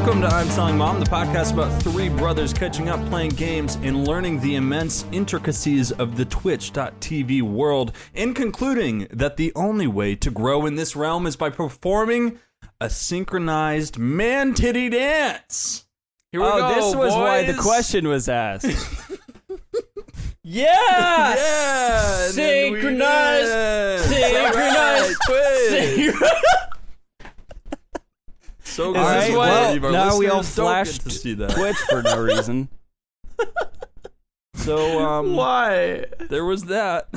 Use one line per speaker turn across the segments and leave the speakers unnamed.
Selling Mom, the podcast about three brothers catching up, playing games, and learning the immense intricacies of the Twitch.tv world, and concluding that the only way to grow in this realm is by performing a synchronized man titty dance.
Here we
Oh,
go.
this was why the
boys.
question was asked. yeah!
Yeah! and then we-
Synchronized!
yeah.
Synchronized!
Twitch. So glad
this
the
why-
majority of our
now we all
listeners don't get
flashed
to see that.
Twitch for no reason. so, um.
Why?
There was that.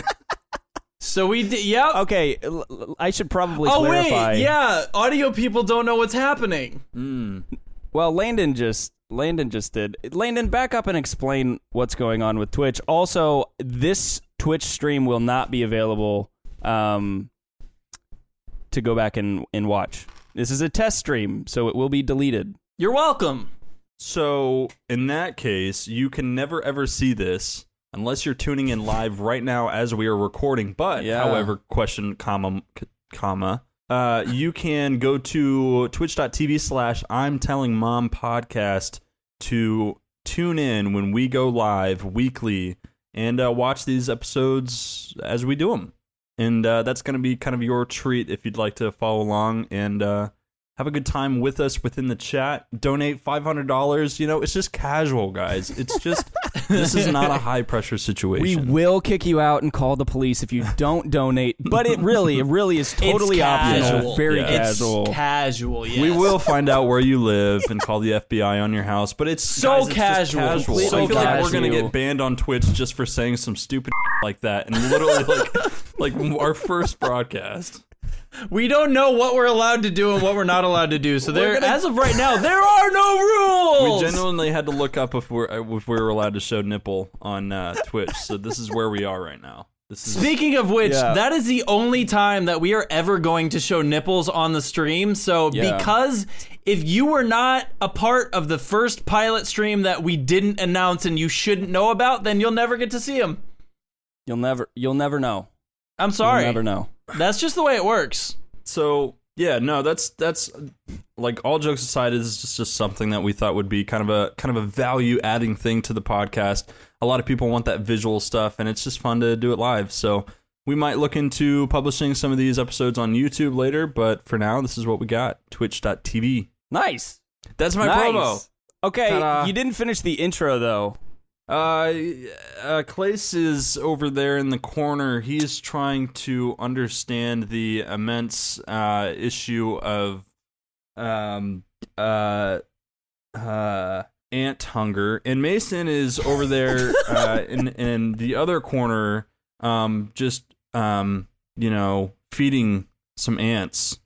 So we did. Yep.
Okay, l- l- I should probably
oh
clarify.
wait, yeah. Audio people don't know what's happening.
Mm.
Well, Landon just Landon just did. Landon, back up and explain what's going on with Twitch. Also, this Twitch stream will not be available um, to go back and, and watch. This is a test stream, so it will be deleted.
You're welcome.
So, in that case, you can never ever see this unless you're tuning in live right now as we are recording. But,
Yeah.
however, question, comma, c- comma, uh, you can go to twitch.tv slash I'm Telling Mom podcast to tune in when we go live weekly and uh, watch these episodes as we do them. And uh, that's going to be kind of your treat if you'd like to follow along and uh, have a good time with us within the chat. Donate $500. You know, it's just casual, guys. It's just, this is not a high pressure
We
situation.
will kick you out and call the police if you don't donate. But it really, it really is totally
it's
optional.
casual.
Very
Yeah.
It's
casual.
casual. Yes.
We will find out where you live and call the FBI on your house, but it's guys,
So
it's just
casual.
casual.
So
I feel like we're gonna
casual.
get banned on Twitch just for saying some stupid like that, and literally like like our first broadcast.
We don't know what we're allowed to do and what we're not allowed to do. So there, as of right now, there are no
We
rules.
genuinely had to look up if we're if we were allowed to show nipple on uh, Twitch. So this is where we are right now. This is
Speaking of which,
Yeah.
that is the only time that we are ever going to show nipples on the stream. So,
Yeah.
because if you were not a part of the first pilot stream that we didn't announce and you shouldn't know about, then you'll never get to see them.
You'll never, you'll never know.
I'm
You'll
sorry.
never know.
That's just the way it works.
so yeah. No, that's that's like all jokes aside, is just, just something that we thought would be kind of a kind of a value adding thing to the podcast. A lot of people want that visual stuff, and it's just fun to do it live. So we might look into publishing some of these episodes on YouTube later, but for now, this is what we got: Twitch.tv.
Nice.
That's my
nice.
promo.
Okay,
Ta-da.
you didn't finish the intro though.
Uh, uh, Clace is over there in the corner. He's trying to understand the immense uh, issue of um uh uh ant hunger, and Mason is over there uh, in in the other corner, um, just um, you know, feeding some ants,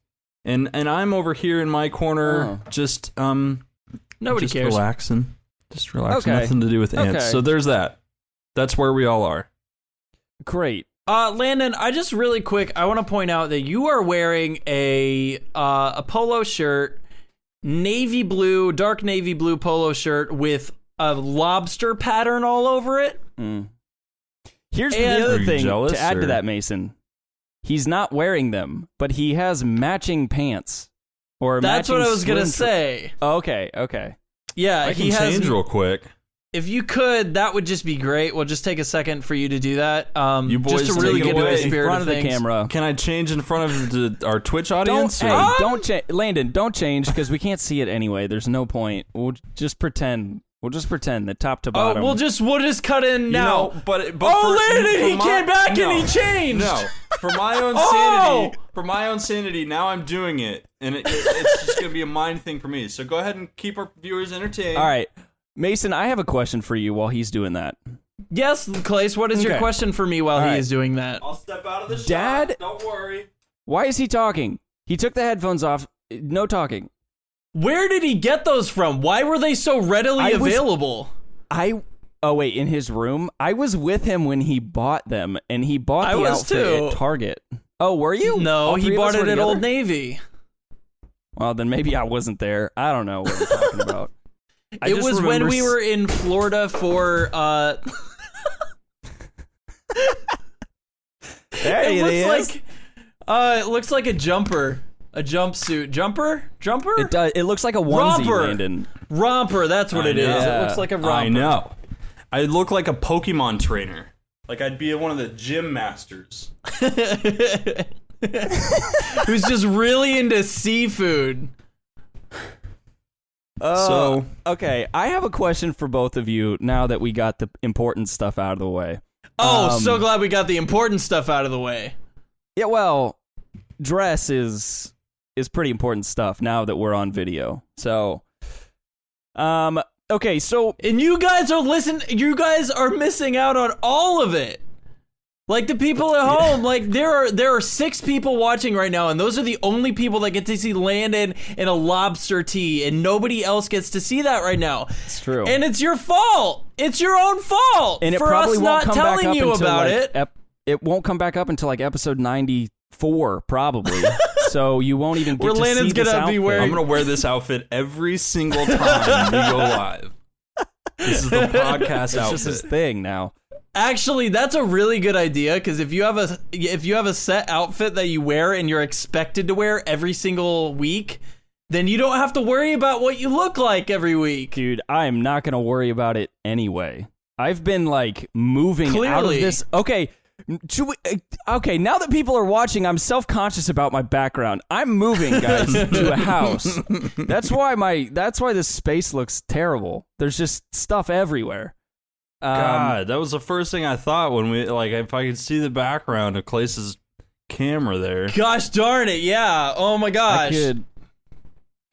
and and I'm over here in my corner, just um,
Nobody
just
cares.
Relaxing. Just relaxing.
Okay.
Nothing to do with ants.
Okay.
So there's that. That's where we all are.
Great.
Uh, Landon, I just really quick, I want to point out that you are wearing a uh, a polo shirt, navy blue, dark navy blue polo shirt with a lobster pattern all over it.
Mm. Here's the
And-
Are
other
you
thing
jealous,
to add
or-
to that, Mason. He's not wearing them, but he has matching pants. Or
That's what I
matching
was gonna
swim tr-
say.
Okay, okay.
Yeah,
I can
Uh, he has.
change real quick.
If you could, that would just be great. We'll just take a second for you to do that. Um,
You boys
just to really
take
get into
away.
the
In
spirit
in front of, the
things.
camera.
Can I change in front of the, our Twitch
Don't,
audience?
hey,
or-
don't change, Landon. Don't change because we can't see it anyway. There's no point. We'll just pretend. We'll just pretend that top to
Oh,
bottom.
we'll just we'll just cut in
You
now.
know, but, but
oh,
for-
Landon,
for
he
my-
came back
no,
and he changed.
No, for my own
Oh!
sanity. For my own sanity, now I'm doing it, and it, it- it's just gonna be a mind thing for me. So go ahead and keep our viewers entertained.
All right, Mason. I have a question for you while he's doing that.
Yes, Clace, what is your
Okay.
question for me while he
right.
is doing that?
I'll step out of the shot.
Dad-
Don't worry.
Why is he talking? He took the headphones off. No talking.
Where did he get those from? Why were they so readily
I was-
available?
I oh wait, in his room. I was with him when he bought them, and he bought
I
the
was
outfit
too.
at Target. Oh, were you?
No,
All
he
three of us
bought it
were
at Old
together?
Navy.
Well, then maybe I wasn't there. I don't know what I'm talking about. I
it
just
was when
remember
we
s-
were in Florida for uh
There
it
it
looks
is.
like uh it looks like a jumper. a jumpsuit, jumper, jumper,
It does. It looks like a onesie,
Romper.
Landon.
romper. That's what
I
it is.
know.
It looks like a romper.
I know. I look like a Pokemon trainer. Like I'd be one of the gym masters.
Who's just really into seafood? Uh,
So-
okay, I have a question for both of you now that we got the important stuff out of the way.
Oh,
Um,
so glad we got the important stuff out of the way.
Yeah, well, dress is is pretty important stuff now that we're on video. So, um, okay, so
And you guys are listen. You guys are missing out on all of it. Like the people at home, like there are there are six people watching right now, and those are the only people that get to see Landon in a lobster tee, and nobody else gets to see that right now.
it's true,
And it's your fault. It's your own fault
And it
for
probably
us
won't come
not telling
back up
you
until
about
like,
it.
Ep- it won't come back up until like episode ninety four, probably. so you won't even get
Where
to
Landon's
see this
gonna be
outfit.
wearing-
I'm gonna wear this outfit every single time we go live. This is the podcast
It's just his
outfit.
thing now.
Actually, that's a really good idea because if you have a if you have a set outfit that you wear and you're expected to wear every single week, then you don't have to worry about what you look like every week.
Dude, I am not going to worry about it anyway. I've been like moving out of
Clearly.
this. Okay. Should we, uh, okay, now that people are watching, I'm self conscious about my background. I'm moving, guys, to a house. That's why my that's why this space looks terrible. There's just stuff everywhere. Um,
God, that was the first thing I thought when we like if I could see the background of Clace's camera there.
Gosh darn it! Yeah. Oh my
I
gosh.
could,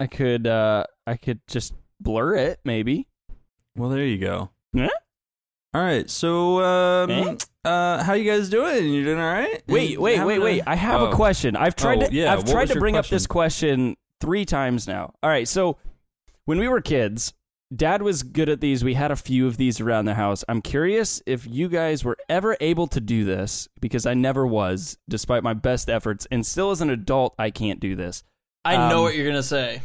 I could, uh, I could just blur it, maybe.
Well, there you go.
Yeah.
All right, so um,
Eh?
uh, how you guys doing? You doing all right?
Wait, wait,
Having
wait,
a-
wait. I have
Oh.
a question. I've tried
Oh,
to
yeah,
I've
what
tried
was
to
your
bring up
question?
this question 3 times now. All right, so when we were kids, dad was good at these. We had a few of these around the house. I'm curious if you guys were ever able to do this because I never was despite my best efforts and still as an adult I can't do this.
I know
um, oh.
what you're gonna say.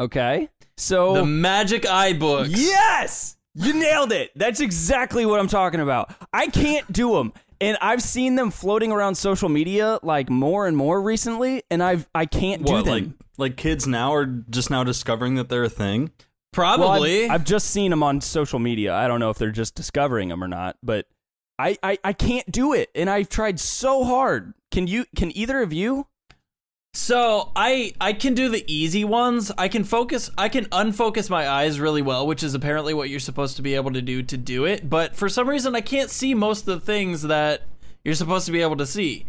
Okay? So
The magic eye books.
Yes! You nailed it. That's exactly what I'm talking about. I can't do them. And I've seen them floating around social media like more and more recently, and I've I can't
What
do them.
like like kids now are just now discovering that they're a thing?
Well, I've-
Probably.
I've, just seen them on social media. I don't know if they're just discovering them or not, but I, I I can't do it, and I've tried so hard. Can you? Can either of you?
So I I can do the easy ones. I can focus. I can unfocus my eyes really well, which is apparently what you're supposed to be able to do to do it. But for some reason, I can't see most of the things that you're supposed to be able to see.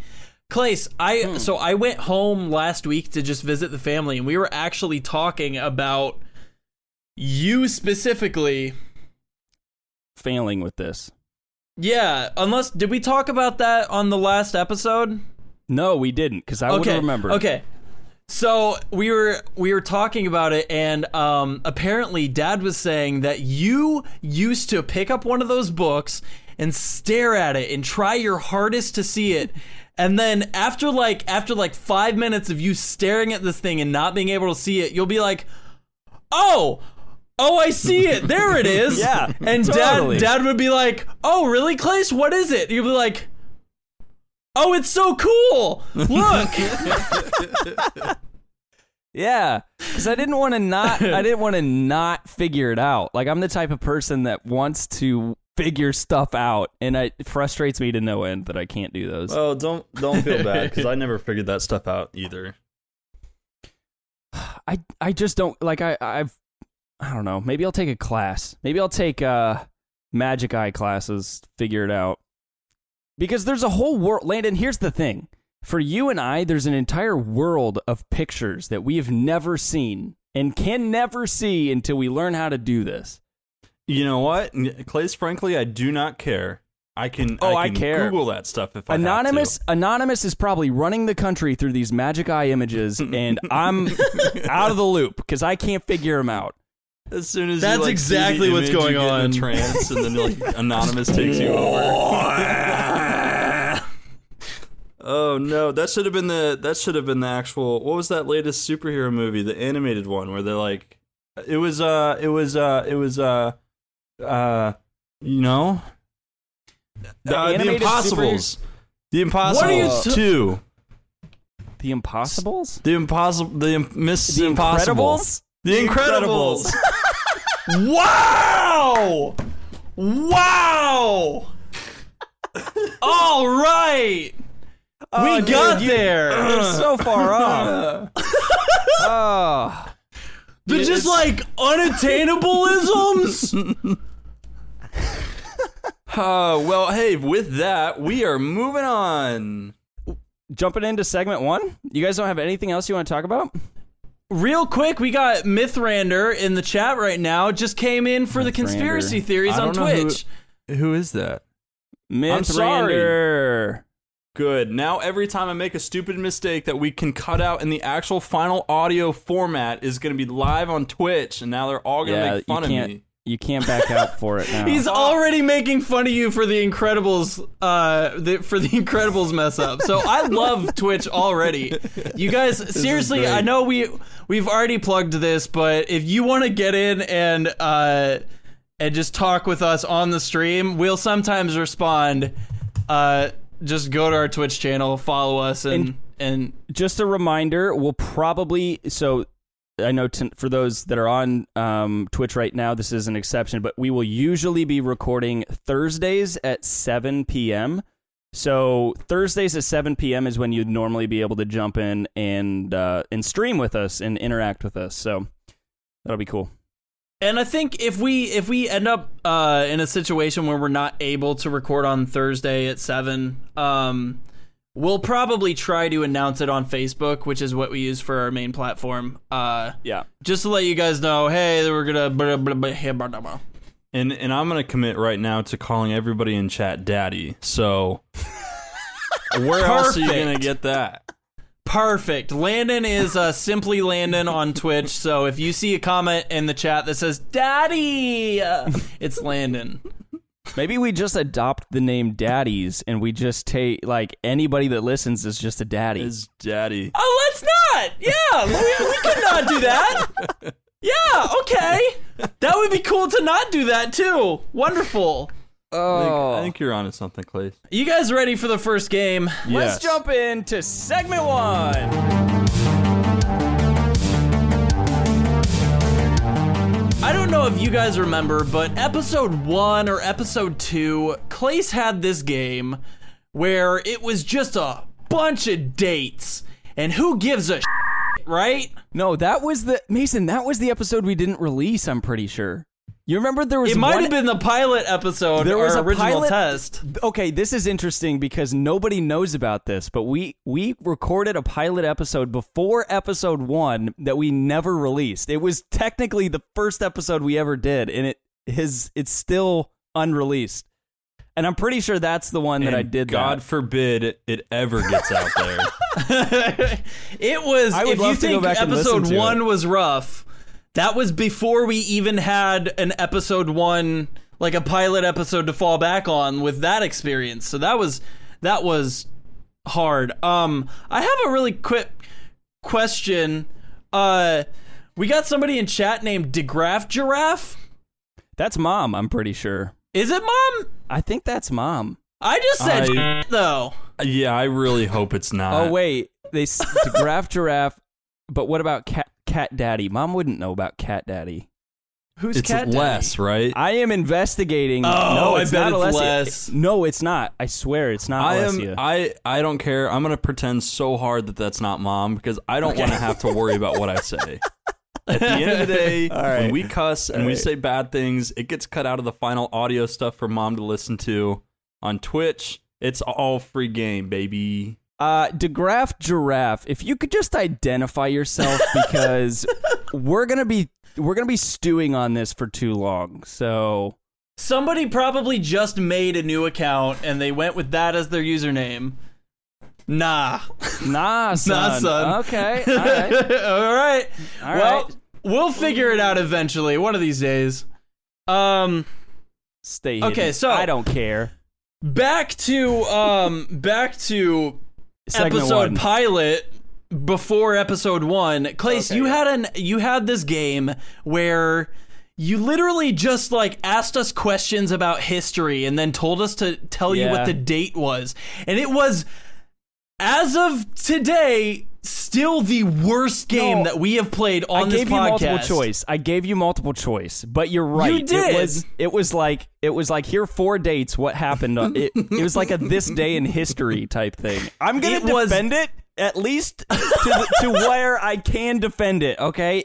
Clace, I so I went home last week to just visit the family, and we were actually talking about you specifically.
Failing with this.
Yeah, unless did we talk about that on the last episode?
No, we didn't, because I would
okay.
have remembered.
Okay. So we were we were talking about it, and um, apparently, Dad was saying that you used to pick up one of those books and stare at it and try your hardest to see it, and then after like after like five minutes of you staring at this thing and not being able to see it, you'll be like, "Oh, oh, I see it. There it is."
Yeah,
And
totally.
Dad Dad would be like, "Oh, really, Clace? What is it?" You'd be like. Oh, it's so cool! Look,
Yeah, because I didn't want to not. I didn't want to not figure it out. Like I'm the type of person that wants to figure stuff out, and I, it frustrates me to no end that I can't do those.
Oh, don't don't feel bad because I never figured that stuff out either.
I I just don't like. I I've I don't know. Maybe I'll take a class. Maybe I'll take uh magic eye classes. Figure it out. Because there's a whole world, Landon. Here's the thing: for you and I, there's an entire world of pictures that we have never seen and can never see until we learn how to do this.
You know what, N- Clace? Frankly, I do not care. I can.
Oh, I
can
care.
Google that stuff if I have to.
Anonymous Anonymous is probably running the country through these magic eye images, and I'm out of the loop because I can't figure them out.
As soon as you,
That's
like, see
exactly
the
what's
image,
going
you get in a
on.
trance, and then like anonymous takes you over. oh no, that should have been the that should have been the actual. What was that latest superhero movie, the animated one, where they're like, it was uh, it was uh, it was uh, uh, you know, the, uh, the
animated
Impossibles, the Impossibles
t-
two.
The Impossibles?
The impossible, the Im- Miss
The
Impossible,
Incredibles?
the Incredibles. wow!
Wow! All right, we
Oh, dude,
got
you-
there.
They're so far off. oh.
They're just like unattainableisms.
Uh, well, hey, with that, we are moving on.
Jumping into segment one? You guys don't have anything else you want to talk about?
Real quick, we got Mythrander in the chat right now. Just came in for the conspiracy theories
I
on
don't know who-
Twitch.
Who is that?
Mythrander.
sorry. Good. Now, every time I make a stupid mistake that we can cut out in the actual final audio format is going to be live on Twitch, and now they're all going to
Yeah,
make
you
fun of
can't,
me.
you can't back out for it now.
He's already making fun of you for the Incredibles, uh, the, for the Incredibles mess up. So I love Twitch already. You guys, seriously,
great.
I know we we've already plugged this, but if you want to get in and uh, and just talk with us on the stream, we'll sometimes respond. Uh, just go to our Twitch channel, follow us, and and,
just a reminder we'll probably so i know t- for those that are on um, twitch right now this is an exception but we will usually be recording thursdays at 7 p.m so thursdays at 7 p.m is when you'd normally be able to jump in and uh, and stream with us and interact with us so that'll be cool
And I think if we if we end up uh, in a situation where we're not able to record on Thursday at seven, um, we'll probably try to announce it on Facebook, which is what we use for our main platform. Uh,
yeah
just to let you guys know, hey, we're gonna. Blah, blah, blah, blah, blah, blah.
And and I'm going to commit right now to calling everybody in chat daddy. So where else are you going to
Perfect.
get that?
Perfect. Landon is uh, simply Landon on Twitch. So if you see a comment in the chat that says "Daddy," uh, it's Landon.
maybe we just adopt the name daddies and we just take like anybody that listens is just a daddy
Is daddy.
Oh, let's not. Yeah, we, we could not do that. Yeah, okay. That would be cool to not do that too. Wonderful.
I think,
oh
I think you're onto something, Clay.
You guys ready for the first game?
Yes.
Let's jump into segment one.
I don't know if you guys remember, but episode one or episode two, Clace had this game where it was just a bunch of dates, and who gives a shit, right?
No, that was the Mason. That was the episode we didn't release. I'm pretty sure. You remember there was
It might
one-
have been the pilot episode
There
or
was a
original
pilot-
test.
Okay, this is interesting because nobody knows about this, but we we recorded a pilot episode before episode one that we never released. It was technically the first episode we ever did, and it his it's still unreleased. And I'm pretty sure that's the one that I
And
did.
God
that.
forbid it ever gets out there.
it was.
I would
if you
love to go
think
back and
episode
listen to
one
it.
was rough, that was before we even had an episode one, like a pilot episode to fall back on with that experience. So that was that was hard. Um, I have a really quick question. Uh, we got somebody in chat named DeGraff Giraffe.
that's mom. I'm pretty sure.
Is it mom?
I think that's mom.
I just said
I-
though.
yeah, I really hope it's
Uh,
not.
Oh wait, they s- the graph giraffe. But what about cat cat daddy? Mom wouldn't know about cat daddy.
Who's
It's
cat? Daddy?
less, right?
I am investigating.
Oh,
no,
I
it's
bet
not
it's
Alessia.
less. uh,
No, it's not. I swear, it's not
I
Alessia.
am. I. I don't care. I'm gonna pretend so hard that that's not mom because I don't want to have to worry about what I say. At the end of the day, when
right.
we cuss and we say bad things, it gets cut out of the final audio stuff for mom to listen to on Twitch. It's all free game, baby.
uh, DeGraff Giraffe. If you could just identify yourself, because we're gonna be we're gonna be stewing on this for too long. So
Somebody probably just made a new account and they went with that as their username. Nah.
nah, son.
Nah, son.
Okay, all right.
All right.
All
well,
right.
we'll figure it out eventually, one of these days. Um
Stay.
Okay,
hidden.
so-
I don't care.
back to um back to
Segment
episode
one.
pilot before episode one. Clace, you had an you had this game where you literally just like asked us questions about history and then told us to tell you
Yeah.
what the date was. And it was as of today, still the worst game
No,
that we have played
I
on this
gave you
podcast.
multiple choice. I gave you multiple choice, but you're right.
did.
It was, it was like it was like here are four dates. What happened? On, it it was like a this day in history type thing. I'm gonna
It was-
defend it at least to, the, to where I can defend it. Okay,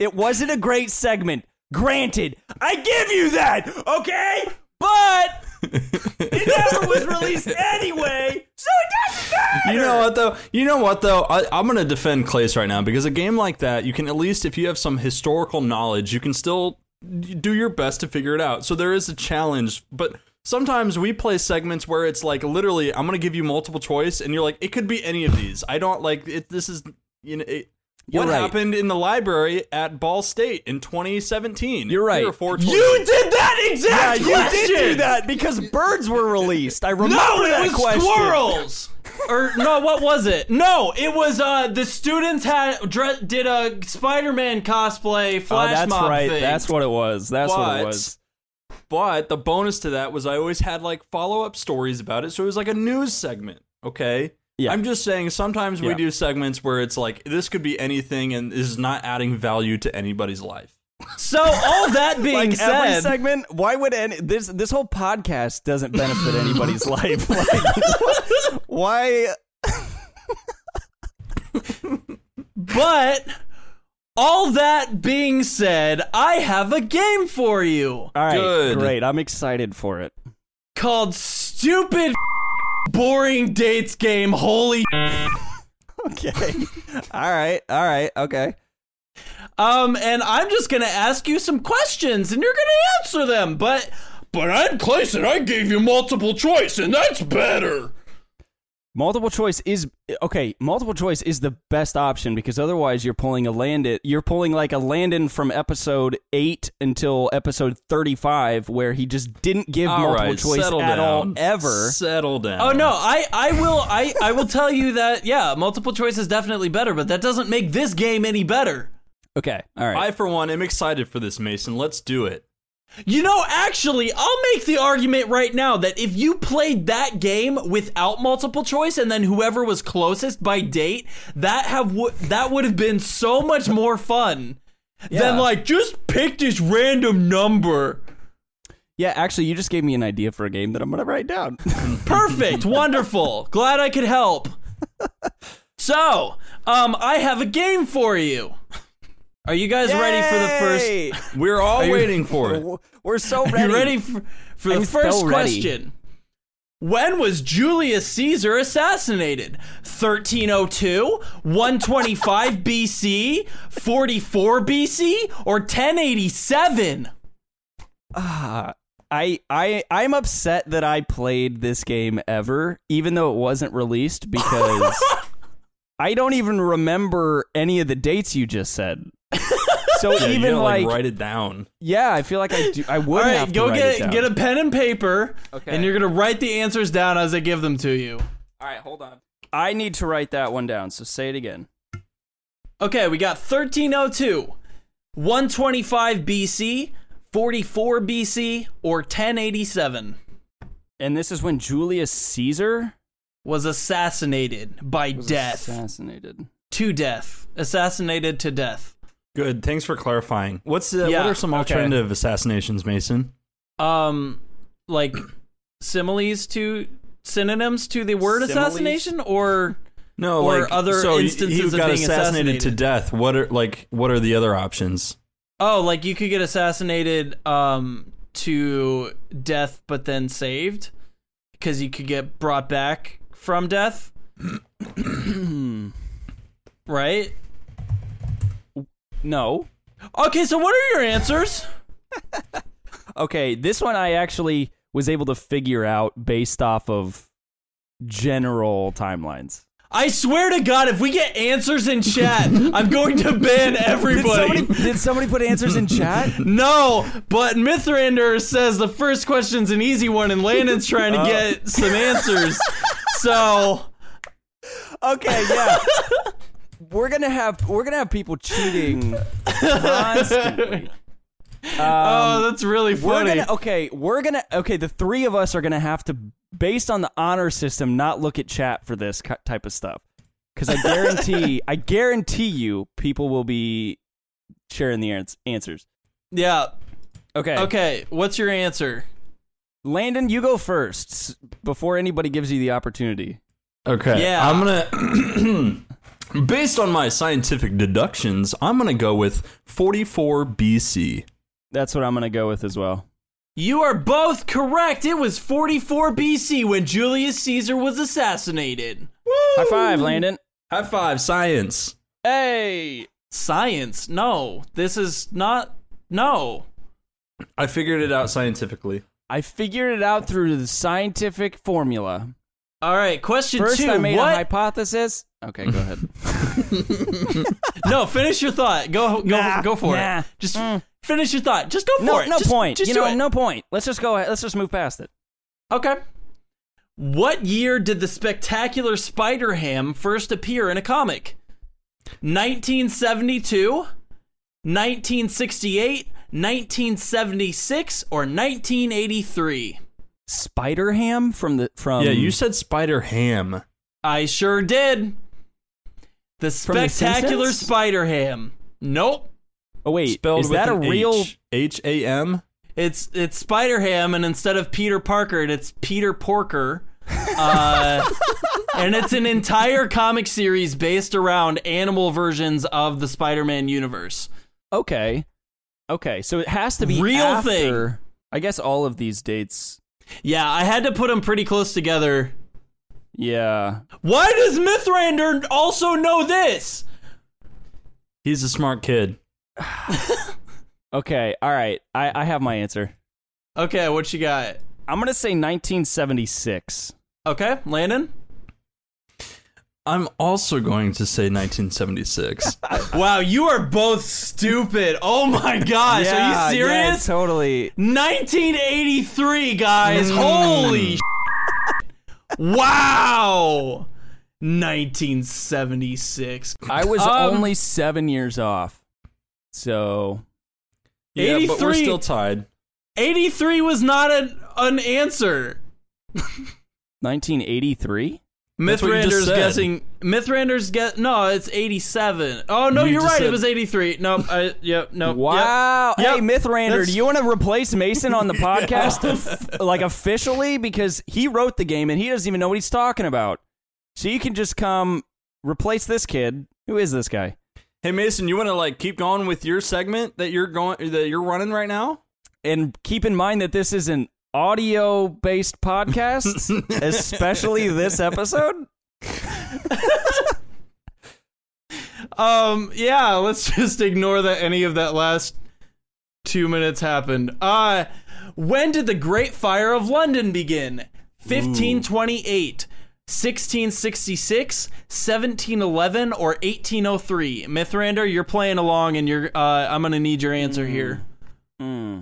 it wasn't a great segment. Granted, I give you that. Okay, but. it never was released anyway, so it doesn't matter.
You know what though? You know what though? I, I'm gonna defend Clace right now because a game like that, you can at least if you have some historical knowledge, you can still do your best to figure it out. So there is a challenge, but sometimes we play segments where it's like literally, I'm gonna give you multiple choice, and you're like, it could be any of these. I don't like it. This is you know. It,
You're
what
right.
happened in the library at Ball State in 2017?
You're right.
Here are four
You
choices.
did that exact
Yeah, you
question.
did do
that because birds were released. I remember
No, it was squirrels. or no, what was it? No, it was uh the students had dre- did a Spider-Man cosplay
Oh,
flash
that's
mob
right.
thing.
That's what it was. That's what it
But-
was.
But the bonus to that was I always had like follow up stories about it. So it was like a news segment. Okay.
Yeah.
I'm just saying sometimes we
Yeah.
do segments where it's like this could be anything and this is not adding value to anybody's life.
so all that being
Like
said,
every segment, why would any this this whole podcast doesn't benefit anybody's life? Like, why?
but all that being said, I have a game for you
All right,
Good.
great. I'm excited for it.
called Stupid Boring Dates Game. Holy
Okay. all right. All right. Okay.
Um, and I'm just gonna ask you some questions, and you're gonna answer them. But, but I'm Clayson. I gave you multiple choice, and that's better.
Multiple choice is okay. Multiple choice is the best option because otherwise you're pulling a Landon. You're pulling like a Landon from episode eight until episode thirty-five, where he just didn't give
All
multiple
right,
choice at
settle
all
down.
ever.
Settle down.
Oh no, I, I will, I, I will tell you that. Yeah, multiple choice is definitely better, but that doesn't make this game any better.
Okay, all right.
I for one am excited for this, Mason. Let's do it.
You know, actually, I'll make the argument right now that if you played that game without multiple choice and then whoever was closest by date, that have w- that would have been so much more fun than
Yeah.
like just pick this random number.
yeah, actually, you just gave me an idea for a game that I'm gonna write down.
Perfect, wonderful. Glad I could help. So, um I have a game for you. Are you guys ready for the first
Yay!
We're all waiting for it.
We're- We're so ready.
You ready for, for
I'm
the first
still ready.
question? When was Julius Caesar assassinated? 1302, 125 BC, 44 BC, or 1087?
Ah, I I I'm upset that I played this game ever, even though it wasn't released because I don't even remember any of the dates you just said. So
Yeah, you
even
gotta,
like,
like, write it down.
yeah, I feel like I do, I would
All
have
right,
to
go
write
get
it down.
get a pen and paper,
Okay.
and you're gonna write the answers down as I give them to you.
All right, hold on. I need to write that one down. So say it again.
Okay, we got 1302, 125 BC, 44 BC, or 1087.
And this is when Julius Caesar
was assassinated by
was
death
assassinated.
to death assassinated to death
Good. Thanks for clarifying. What's uh,
Yeah,
what are some
okay.
alternative assassinations, Mason?
um like similes to synonyms to the word
Similes?
assassination or
No,
Or
like
other
so he-
instances
he
of
got
being
assassinated to
assassinated.
death. What are like what are the other options?
oh like you could get assassinated um to death but then saved because you could get brought back from death right
No.
okay so what are your answers
Okay, this one I actually was able to figure out based off of general timelines.
I swear to God, if we get answers in chat, I'm going to ban everybody.
Did somebody, did somebody put answers in chat?
No, but Mithrander says the first question's an easy one, and Landon's trying
Oh.
to get some answers. so
Okay, yeah. We're gonna have we're gonna have people cheating constantly. Um,
oh, that's really
we're
funny.
gonna okay. We're gonna okay. The three of us are gonna have to based on the honor system, not look at chat for this ki- type of stuff. Because I guarantee, I guarantee you, people will be sharing the ans- answers.
Yeah.
Okay.
Okay. What's your answer?
Landon, you go first s- before anybody gives you the opportunity.
Okay.
Yeah.
I'm gonna. based on my scientific deductions, I'm gonna go with 44 BC.
That's what I'm going to go with as well.
You are both correct. It was 44 BC when Julius Caesar was assassinated.
High five, Landon.
High five, science.
Hey.
Science. No. This is not. No.
I figured it out scientifically.
I figured it out through the scientific formula.
All right. Question
First,
two.
I made
what?
a hypothesis. Okay, go ahead.
no, finish your thought. Go. Go.
Nah,
go for
nah.
it. Just
Mm.
finish your thought. Just go for
no,
it.
no
Just-
point.
Just
you
do
know,
it.
no point. Let's just go. ahead. Let's just move past it.
Okay. What year did the spectacular Spider Ham first appear in a comic? 1972, 1968, 1976, or 1983?
Spider Ham from the from
yeah, you said spider ham.
I sure did. The
The
spectacular
Simpsons?
Spider Ham. Nope.
Oh wait,
Spelled
is
with
that a
an
real?
H. H A M?
It's it's Spider Ham, and instead of Peter Parker, it's Peter Porker. Uh, and it's an entire comic series based around animal versions of the Spider-Man universe.
Okay, okay. So it has to be
Real
after- I guess all of these dates.
Yeah, I had to put them pretty close together.
Yeah,
Why does Mythrander also know this?
He's a smart kid.
Okay, all right. I, I have my answer.
Okay, what you got?
I'm gonna say 1976.
Okay, Landon.
I'm also going to say 1976.
Wow, you are both stupid. Oh my gosh, are you serious?
totally.
1983, guys.
Mm.
Holy. wow. 1976.
I was
Um,
only seven years off. So
yeah, but we're
83.
still tied.
83 was not an, an answer.
1983.
That's what you just
Mythrander's
said.
guessing. Mythrander's guess. No, it's 87. Oh no,
You
you are
just
right.
said-
it was 83. Nope. I, yep. Nope.
Wow.
Yep.
Hey, Mythrander,
That's-
do you want to replace Mason on the podcast, F- like officially, because he wrote the game and he doesn't even know what he's talking about. So you can just come replace this kid. Who is this guy?
Hey Mason, you want to like keep going with your segment that you're going that you're running right now?
and keep in mind that this is an audio based podcast, especially this episode.
Yep. Um. Yeah. Let's just ignore that any of that last two minutes happened. Uh, when did the Great Fire of London begin? 1528. 1666, 1711, or 1803. Mythrander, you're playing along, and you're. Uh, I'm gonna need your answer
Mm.
here. Hmm.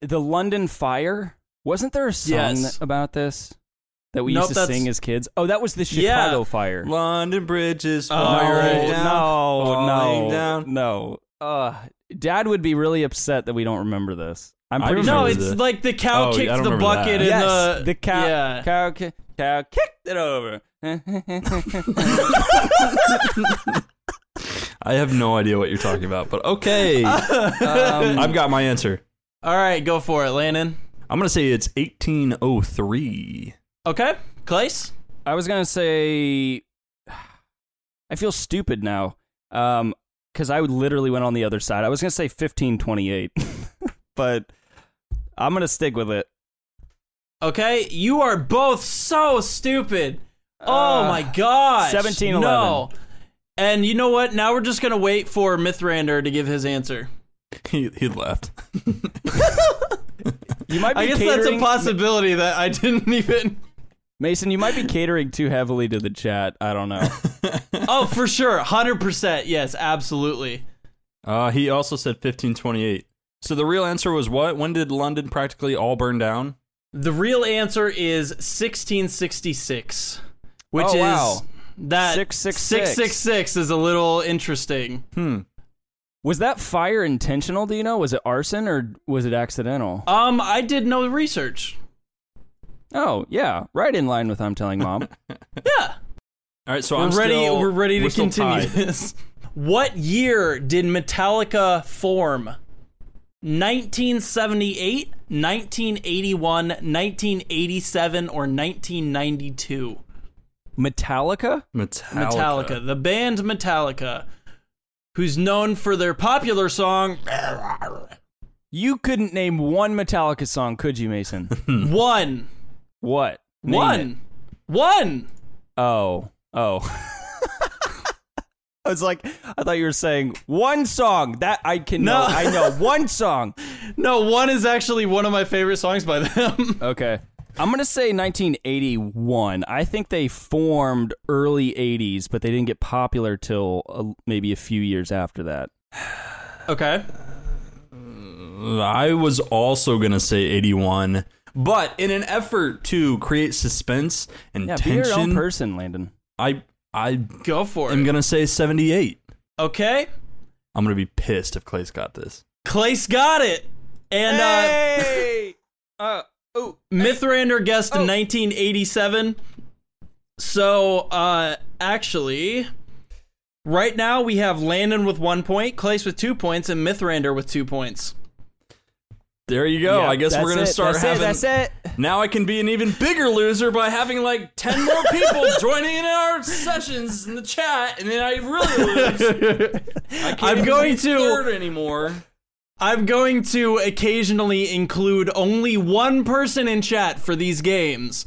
The London Fire. Wasn't there a song
Yes.
that- about this that we
Nope,
used to
that's-
sing as kids? Oh, that was the
Yeah.
Chicago Fire.
London Bridge is
right.
falling down.
no,
falling
no,
down.
no. Uh, Dad would be really upset that we don't remember this. I'm
I
pretty
remember
No,
sure.
it
it's
the-
like the
Oh,
cow
yeah, I
kicked
don't
the
remember
bucket
that.
in
yes,
the
the cow,
Yeah.
cow, ki- cow kicked it over.
I have no idea what you're talking about, but okay.
Um,
I've got my answer.
All right, go for it, Landon.
I'm gonna say it's 1803.
Okay, Clace.
I was gonna say, I feel stupid now, um, because I would literally went on the other side. I was gonna say fifteen twenty eight, but I'm gonna stick with it.
Okay, you are both so stupid. oh
Uh,
my god.
1711.
No. And you know what? Now we're just gonna wait for Mythrander to give his answer.
He he left.
You might be
I guess
catering,
that's a possibility that I didn't even.
Mason. You might be catering too heavily to the chat. I don't know.
Oh, for sure, hundred percent. Yes, absolutely.
Uh, he also said 1528. So the real answer was what? When did London practically all burn down?
The real answer is 1666, which
Oh,
is
wow.
that
666.
666 is a little interesting.
was that fire intentional? Do you know? Was it arson or was it accidental?
Um, I did no research.
Oh yeah, right in line with I'm telling mom.
Yeah.
All right, so
We're
I'm
ready
still-
we're ready to
still
continue
tied.
this. What year did Metallica form? 1978, 1981, 1987 or 1992?
Metallica.
Metallica.
Metallica. the band Metallica, who's known for their popular song
You couldn't name one Metallica song, could you, Mason?
Hmm. One.
what? Name it.
One. One.
Oh. Oh. I was like, I thought you were saying one song that I can
No.
know. I know one song.
No, one is actually one of my favorite songs by them.
Okay. I'm going to say 1981. I think they formed early 80s, but they didn't get popular till uh, maybe a few years after that.
okay.
I was also going to say 81, but in an effort to create suspense and
Yeah, be your own
tension,
person, Landon.
I I
Go for
am
it.
going to say 78.
Okay.
I'm going to be pissed if Clay's got this.
Clace got it. And
uh, oh.
uh, Mithrander guessed
Oh.
in 1987. So, uh, actually, right now we have Landon with one point, Clace with two points, and Mithrander with two points.
There you go. Oh, I guess we're going to start
that's
having
It, that's it.
Now I can be an even bigger loser by having like 10 more people joining in our sessions in the chat and then I really lose. I can't
I'm
even
going
be
to-
third anymore.
I'm going to occasionally include only one person in chat for these games.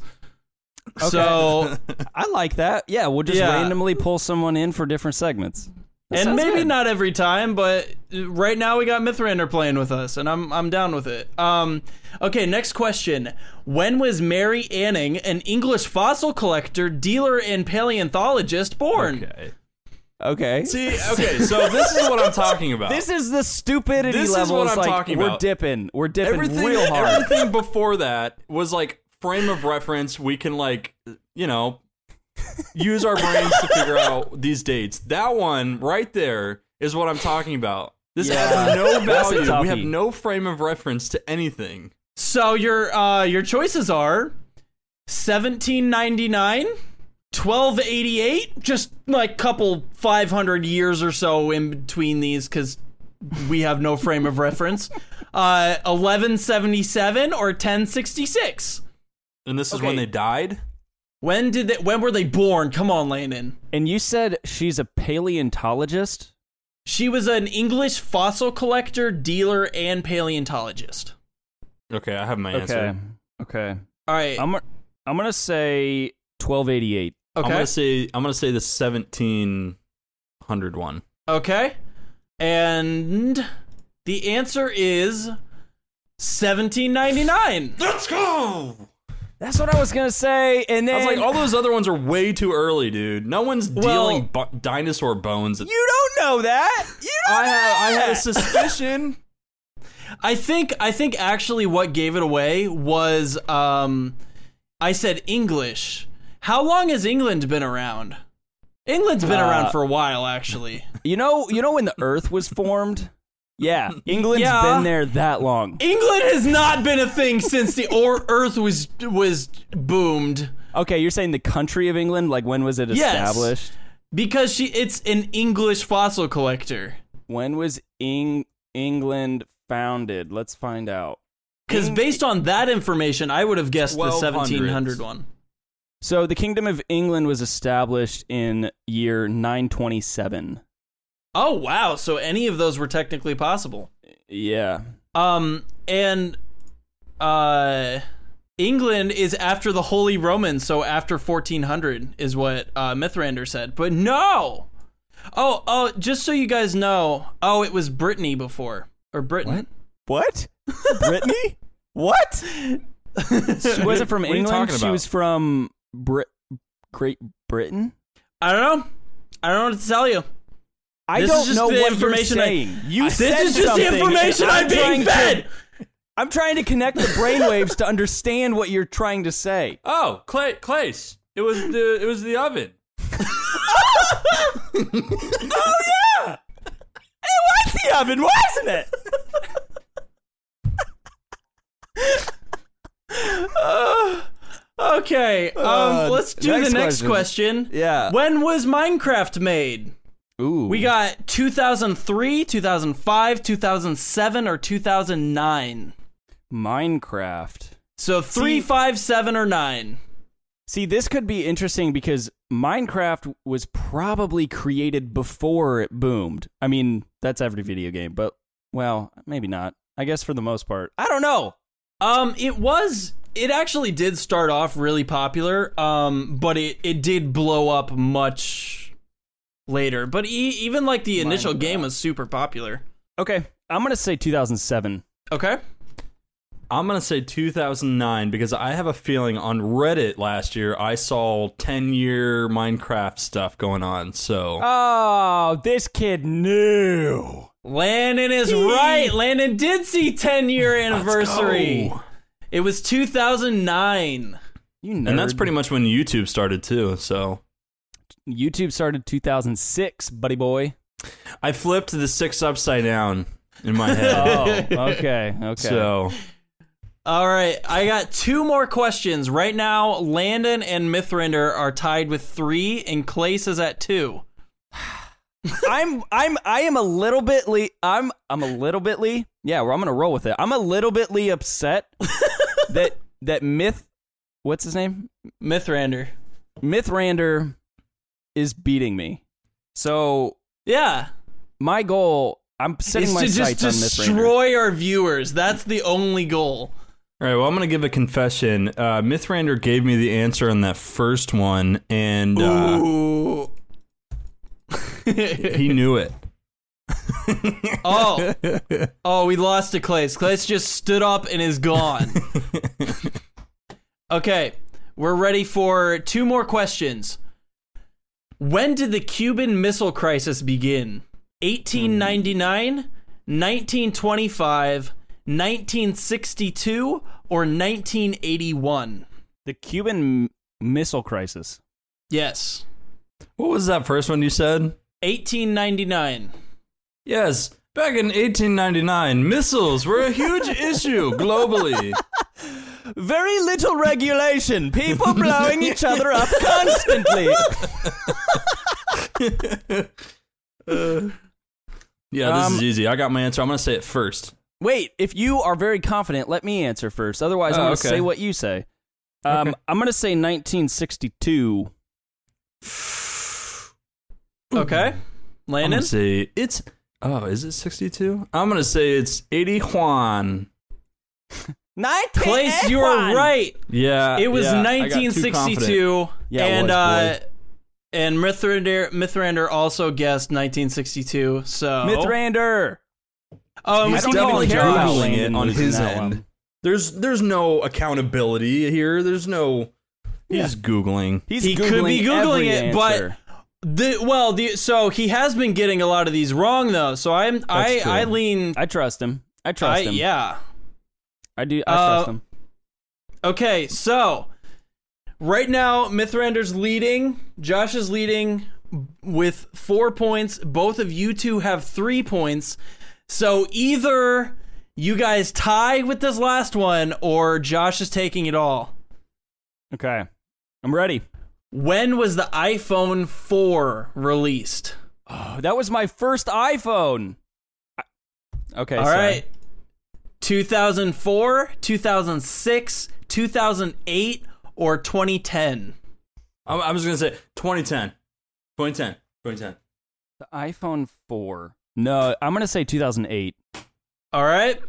So,
I like that. Yeah, we'll just
Yeah.
randomly pull someone in for different segments. That
and
sounds
maybe
good.
not every time, but uh, right now we got Mithrander playing with us, and I'm I'm down with it. Um, okay, next question: When was Mary Anning, an English fossil collector, dealer, and paleontologist, born?
Okay.
See, okay, so this is what I'm talking about.
This is the stupidity
This is
level.
what
It's
I'm
like,
talking
we're
about.
dipping. We're dipping
everything,
real hard.
everything before that was like frame of reference. We can like, you know, use our brains to figure out these dates. That one right there is what I'm talking about. This
Yeah.
has no
That's a
value. We have
toughie.
no frame of reference to anything.
So your uh, your choices are 1799, 1288, just like couple 500 years or so in between these cuz we have no frame of reference. Uh, 1177 or 1066.
And this is when
Okay.
they died.
When did they, when were they born? Come on, Landon.
And you said she's a paleontologist.
She was an English fossil collector, dealer, and paleontologist.
Okay, I have my
Okay.
answer.
Okay.
All right.
I'm I'm gonna say 1288.
I'm
okay.
gonna say I'm gonna say the 1700 one.
Okay. And the answer is 1799.
Let's go.
That's what I was gonna say. And
I
then
was like, all those other ones are way too early, dude. No one's
Well-
dealing bu- dinosaur bones. At-
you don't know that. You don't
I had, I
know
had a
that!
suspicion.
I think I think actually what gave it away was um I said English. How long has England been around? England's been around for a while actually.
You know. You know when the Earth was formed. Yeah, England's
Yeah.
been there that long.
England has not been a thing since the or earth was was boomed
Okay, you're saying the country of England? Like when was it
Yes.
established?
because she it's an English fossil collector.
When was Eng- England founded? Let's find out.
Cuz based on that information I would have guessed the 1700
1700s.
one.
So the Kingdom of England was established in year 927.
Oh wow! So any of those were technically possible.
Yeah.
Um, and uh, England is after the Holy Romans, so after 1400 is what uh, Mithrander said. But no. Oh, oh! Just so you guys know, oh, it was Brittany before or Britain.
What? Brittany? What? she wasn't from
What are you
England.
talking
She
about?
was from Brit- Great Britain.
I don't know. I don't know what to tell you.
I
This is
don't
just
know
the
what
information I-
you're saying. you
This is just the information I'm, being fed.
I'm trying to connect the brainwaves to understand what you're trying to say.
Oh, Clay, Clace. It was the it was the oven.
was the oven, wasn't it?
Okay, um,
Uh,
let's do
next
the next
question.
question.
Yeah.
When was Minecraft made?
Ooh.
We got 2003, 2005, 2007, or 2009.
Minecraft.
So three,
See-
five, seven, or nine.
See, this could be interesting because Minecraft was probably created before it boomed. I mean, that's every video game, but well, maybe not. I guess for the most part. I don't know.
Um, it was. It actually did start off really popular. Um, but it it did blow up much later. But e- even like the initial
Minecraft.
game was super popular.
Okay, I'm going to say 2007.
Okay.
I'm going to say 2009 because I have a feeling on Reddit last year I saw 10 year Minecraft stuff going on. So
Oh, this kid knew.
Landon is right. Landon did see 10 year anniversary.
go.
It was 2009.
You know.
and that's pretty much when YouTube started too. So
YouTube started 2006, buddy boy.
I flipped the six upside down in my head.
Oh, okay. Okay.
So
All right, I got two more questions. Right now, Landon and Mithrinder are tied with three, and Clace is at two.
I'm I'm I am a little bitly I'm I'm a little bitly yeah well, I'm gonna roll with it I'm a little bitly upset that that myth what's his name
Mithrander.
Mythrander is beating me so
Yeah.
my goal I'm setting
It's
my
to just
sights on Mythrander
destroy our viewers. That's the only goal.
All right, well, I'm going to give a confession. Uh, Mythrander gave me the answer on that first one, and uh,
Ooh.
he knew it.
oh. Oh, we lost to Clace. Clace just stood up and is gone. okay, we're ready for two more questions. When did the Cuban Missile Crisis begin? 1899, 1925, 1962, or 1981?
the Cuban m- Missile Crisis
Yes.
What was that first one you said?
1899.
Yes, back in 1899, missiles were a huge issue globally.
very little regulation people blowing each other up constantly
Yeah, this
Um,
is easy. I got my answer. I'm going to say it first.
Wait, if you are very confident, let me answer first. Otherwise, I'm
Oh,
going to
okay.
say what you say. Um, I'm going to say 1962.
Okay.
I'm going
Landon?
to say it's. Oh, is it 62? I'm going to say it's 80 Juan.
Clace, you are right.
Yeah.
It was
Uh, yeah, I got too confident.
1962,
Yeah, it
and
was,
uh,
boy.
and Mithrander Mithrander also guessed 1962. So
Mythrander.
um,
He's
I don't
definitely
even care about
Googling
Landon.
it on
losing
his
that
end.
one.
There's there's no accountability here. There's no. He's googling.
He's
He could be Googling
every
it, but-
answer.
The, well, the, so he has been getting a lot of these wrong though. So I'm I
true.
I lean
I trust him. I
I,
trust him.
yeah.
I do. I
Uh,
trust him.
Okay, so right now Mithrander's leading, Josh is leading with 4 points. Both of you two have 3 points. So either you guys tie with this last one or Josh is taking it all.
Okay, I'm ready.
When was the iPhone 4 released?
Oh, that was my first iPhone. I- Okay.
All
sorry.
right. 2004, 2006, 2008 or 2010?
I'm, I'm just gonna say 2010, 2010, 2010.
The iPhone 4. No, I'm going to say 2008.
All right.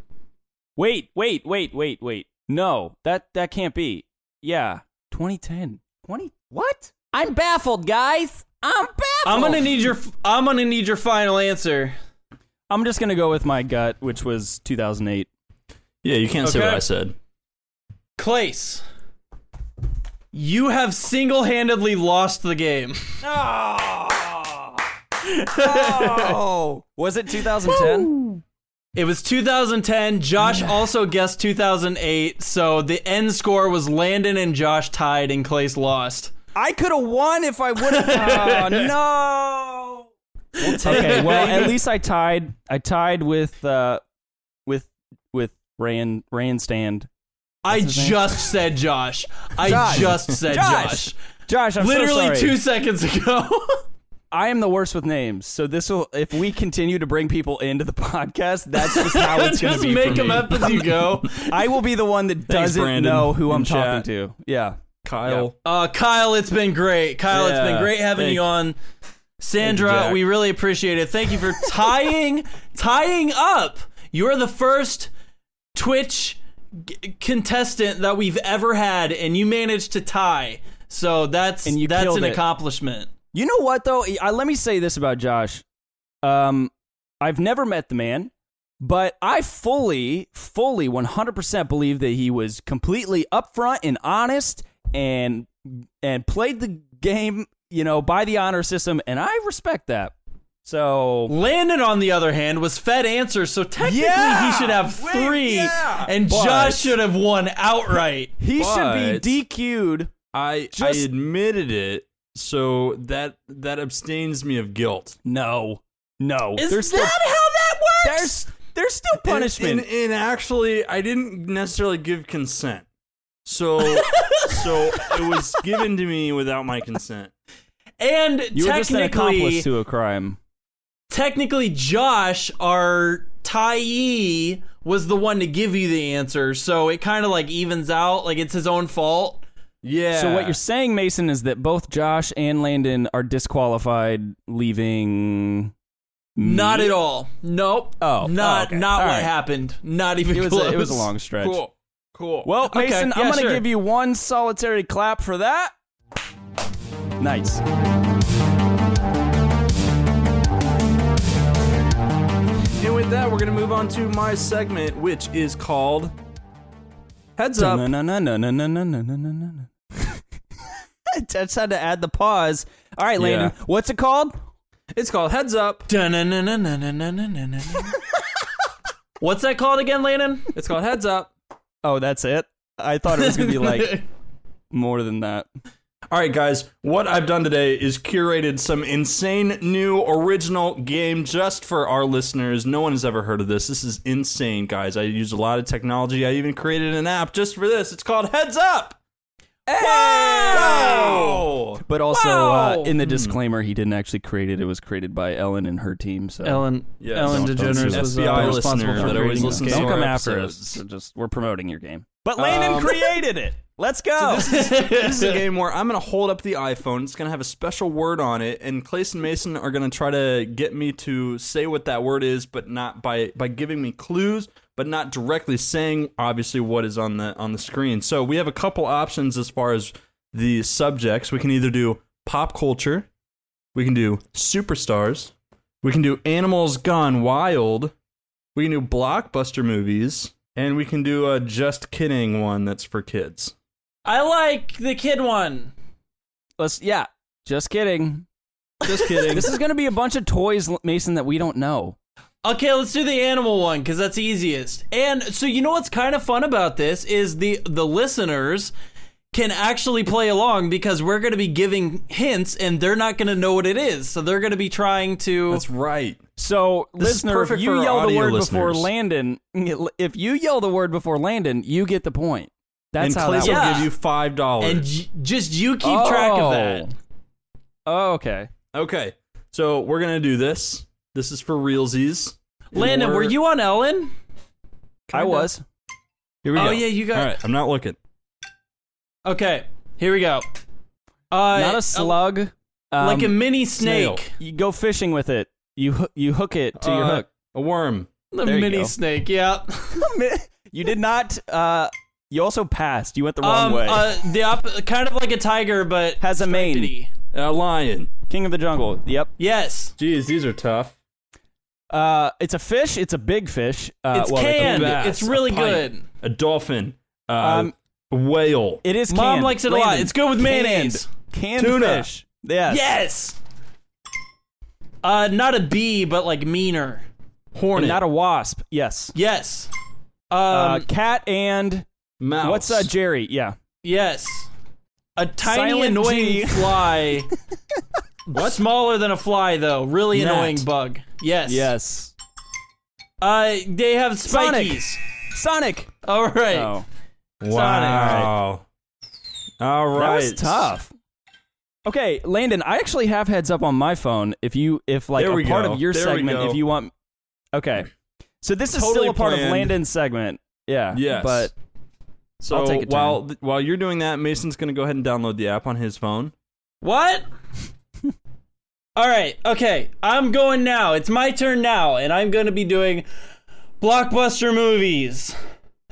Wait, wait, wait, wait, wait. No, that that can't be. Yeah, 2010. 20 What? I'm baffled, guys. I'm baffled.
I'm going to need your I'm going to need your final answer.
I'm just going to go with my gut, which was 2008.
Yeah, you can't say
Okay.
what I said.
Clace, you have single handedly lost the game.
No. no. Was it 2010?
It was 2010. Josh also guessed 2008, so the end score was Landon and Josh tied, and Clace lost.
I could have won if I would have. no. okay, well, at least I tied. I tied with uh with with Rand Randstand
I just said Josh. I
Josh.
just said Josh.
Josh. Josh, I'm
Literally
so sorry. Oh,
two seconds ago.
I am the worst with names, so this will. If we continue to bring people into the podcast, that's just how it's going to
just
be.
make
for
them
me.
up as you go.
I will be the one that doesn't
Brandon
know who I'm
and chat.
talking to. Yeah.
Kyle.
Uh, Kyle, it's been great. Kyle, it's
Yeah,
been great having
thank-
you on. Sandra,
Jack.
we really appreciate it. Thank you for tying tying up. You're the first Twitch g- contestant that we've ever had, and you managed to tie. So that's
And you
that's
killed
an
it.
accomplishment.
You know what though? I, let me say this about Josh. Um, I've never met the man, but I fully, fully, one hundred percent believe that he was completely upfront and honest, and and played the game, you know, by the honor system, and I respect that. So
Landon, on the other hand, was fed answers, so technically
Yeah!
he should have
Wait,
three,
yeah!
and
But-
Josh should have won outright.
he
But-
should be DQ'd.
I I
Just-
admitted it, so that that abstains me of guilt.
No, no.
Is
there's
that
still,
how that works?
there's there's still
And,
punishment.
and, and actually, I didn't necessarily give consent. So so it was given to me without my consent.
And
you were just an
technically,
accomplice to a crime.
technically Josh, our tyee, was the one to give you the answer, so it kind of like evens out. Like it's his own fault.
Yeah.
So what you're saying, Mason, is that both Josh and Landon are disqualified, leaving.
Not at all. Nope.
Oh,
not
oh, okay.
not
All
what
right.
happened. Not even
It was
close.
a, it was a long stretch.
cool. Cool.
Well,
Okay,
Mason,
yeah,
I'm gonna
sure.
give you one solitary clap for that. Nice.
and with that, we're gonna move on to my segment, which is called Heads Up.
Dun-dun-dun-dun-dun-dun-dun-dun-dun-dun. I just had to add the pause. All right, Landon,
Yeah.
what's it called?
It's called Heads Up.
Dun-dun-dun-dun-dun-dun-dun-dun. What's that called again, Landon?
It's called Heads Up.
Oh, that's it. I thought it was gonna be like more than that.
All right, guys, what I've done today is curated some insane new original game just for our listeners. No one has ever heard of this. This is insane, guys. I use a lot of technology. I even created an app just for this. It's called Heads Up. Wow!
But also
Wow.
uh, in the disclaimer, he didn't actually create it. It was created by Ellen and her team. So
Ellen,
Yes.
Ellen
Don't-
don't
DeGeneres
sue
was
us.
uh,
FBI
responsible
listener
for
that always
creating
don't
this
listens
game.
to our
come after us.
episodes.
So Just we're promoting your game. But Landon
Um,
created it. Let's go.
This is a game where I'm going to hold up the iPhone. It's going to have a special word on it, and Clayson Mason are going to try to get me to say what that word is, but not by by giving me clues, but not directly saying obviously what is on the on the screen. So we have a couple options as far as the subjects. We can either do pop culture, we can do superstars, we can do animals gone wild, we can do blockbuster movies, and we can do a just kidding one that's for kids.
I like the kid one.
Let's. Yeah. Just kidding.
Just kidding.
This is going to be a bunch of toys, Mason, that we don't know.
Okay, let's do the animal one because that's easiest. And so you know what's kind of fun about this is the the listeners can actually play along because we're going to be giving hints and they're not going to know what it is. So they're going to be trying to.
That's right.
So,
This is
listener, if
perfect
you
for
yell the
audio
word before
listeners.
Landon, if you yell the word before Landon, you get the point. That's
and
how that
Clayson
works.
will
Yeah.
give you five
and
dollars.
j- just you keep track of that.
Oh, okay.
Okay, so we're gonna do this. This is for realsies.
Landon, were you on Ellen?
I was.
Here we
Oh,
go.
yeah, you got-
All right, I'm not looking.
Okay, here we go. Uh,
Not
uh,
a slug.
like a
um,
mini snake.
You go fishing with it. You hoo- you hook it to your
Uh,
hook.
A worm.
The
There you
mini
go.
snake, yeah.
You did not. Uh, you also passed. You went the wrong
um,
way.
uh, the op- kind of like a tiger, but
Has a mane.
mini.
A lion.
King of the jungle. Yep.
Yes.
Jeez, these are tough.
Uh, it's a fish. It's a big fish. Uh,
It's
well, they can
canned.
be.
bass,
it's really
a pike,
good.
A dolphin. Uh,
Um,
a whale.
It is.
Mom
canned.
likes it a lot. It's good with
canned.
mayonnaise.
Canned
Tuna.
fish. Yes.
Yes. Uh, not a bee, but like meaner.
Hornet.
And not a wasp. Yes.
Yes. Um.
Uh, cat and
mouse.
what's uh, Jerry? Yeah.
yes. A tiny
Silent
annoying
G.
fly. what? Smaller than a fly, though. Really
Gnat.
annoying bug. Yes.
Yes.
Uh, they have
Sonic.
spikies.
Sonic.
All right.
Oh.
Wow. All right.
That was tough. Okay, Landon, I actually have heads up on my phone. If you, if like
There
a
we
part
go.
of your
There we
segment,
go.
if you want, okay. So this is
Totally
still a part of
planned.
Landon's segment. Yeah.
Yes.
But
So
I'll take a turn.
while th- while you're doing that, Mason's going to go ahead and download the app on his phone.
What? All right, okay. I'm going now. It's my turn now, and I'm going to be doing blockbuster movies.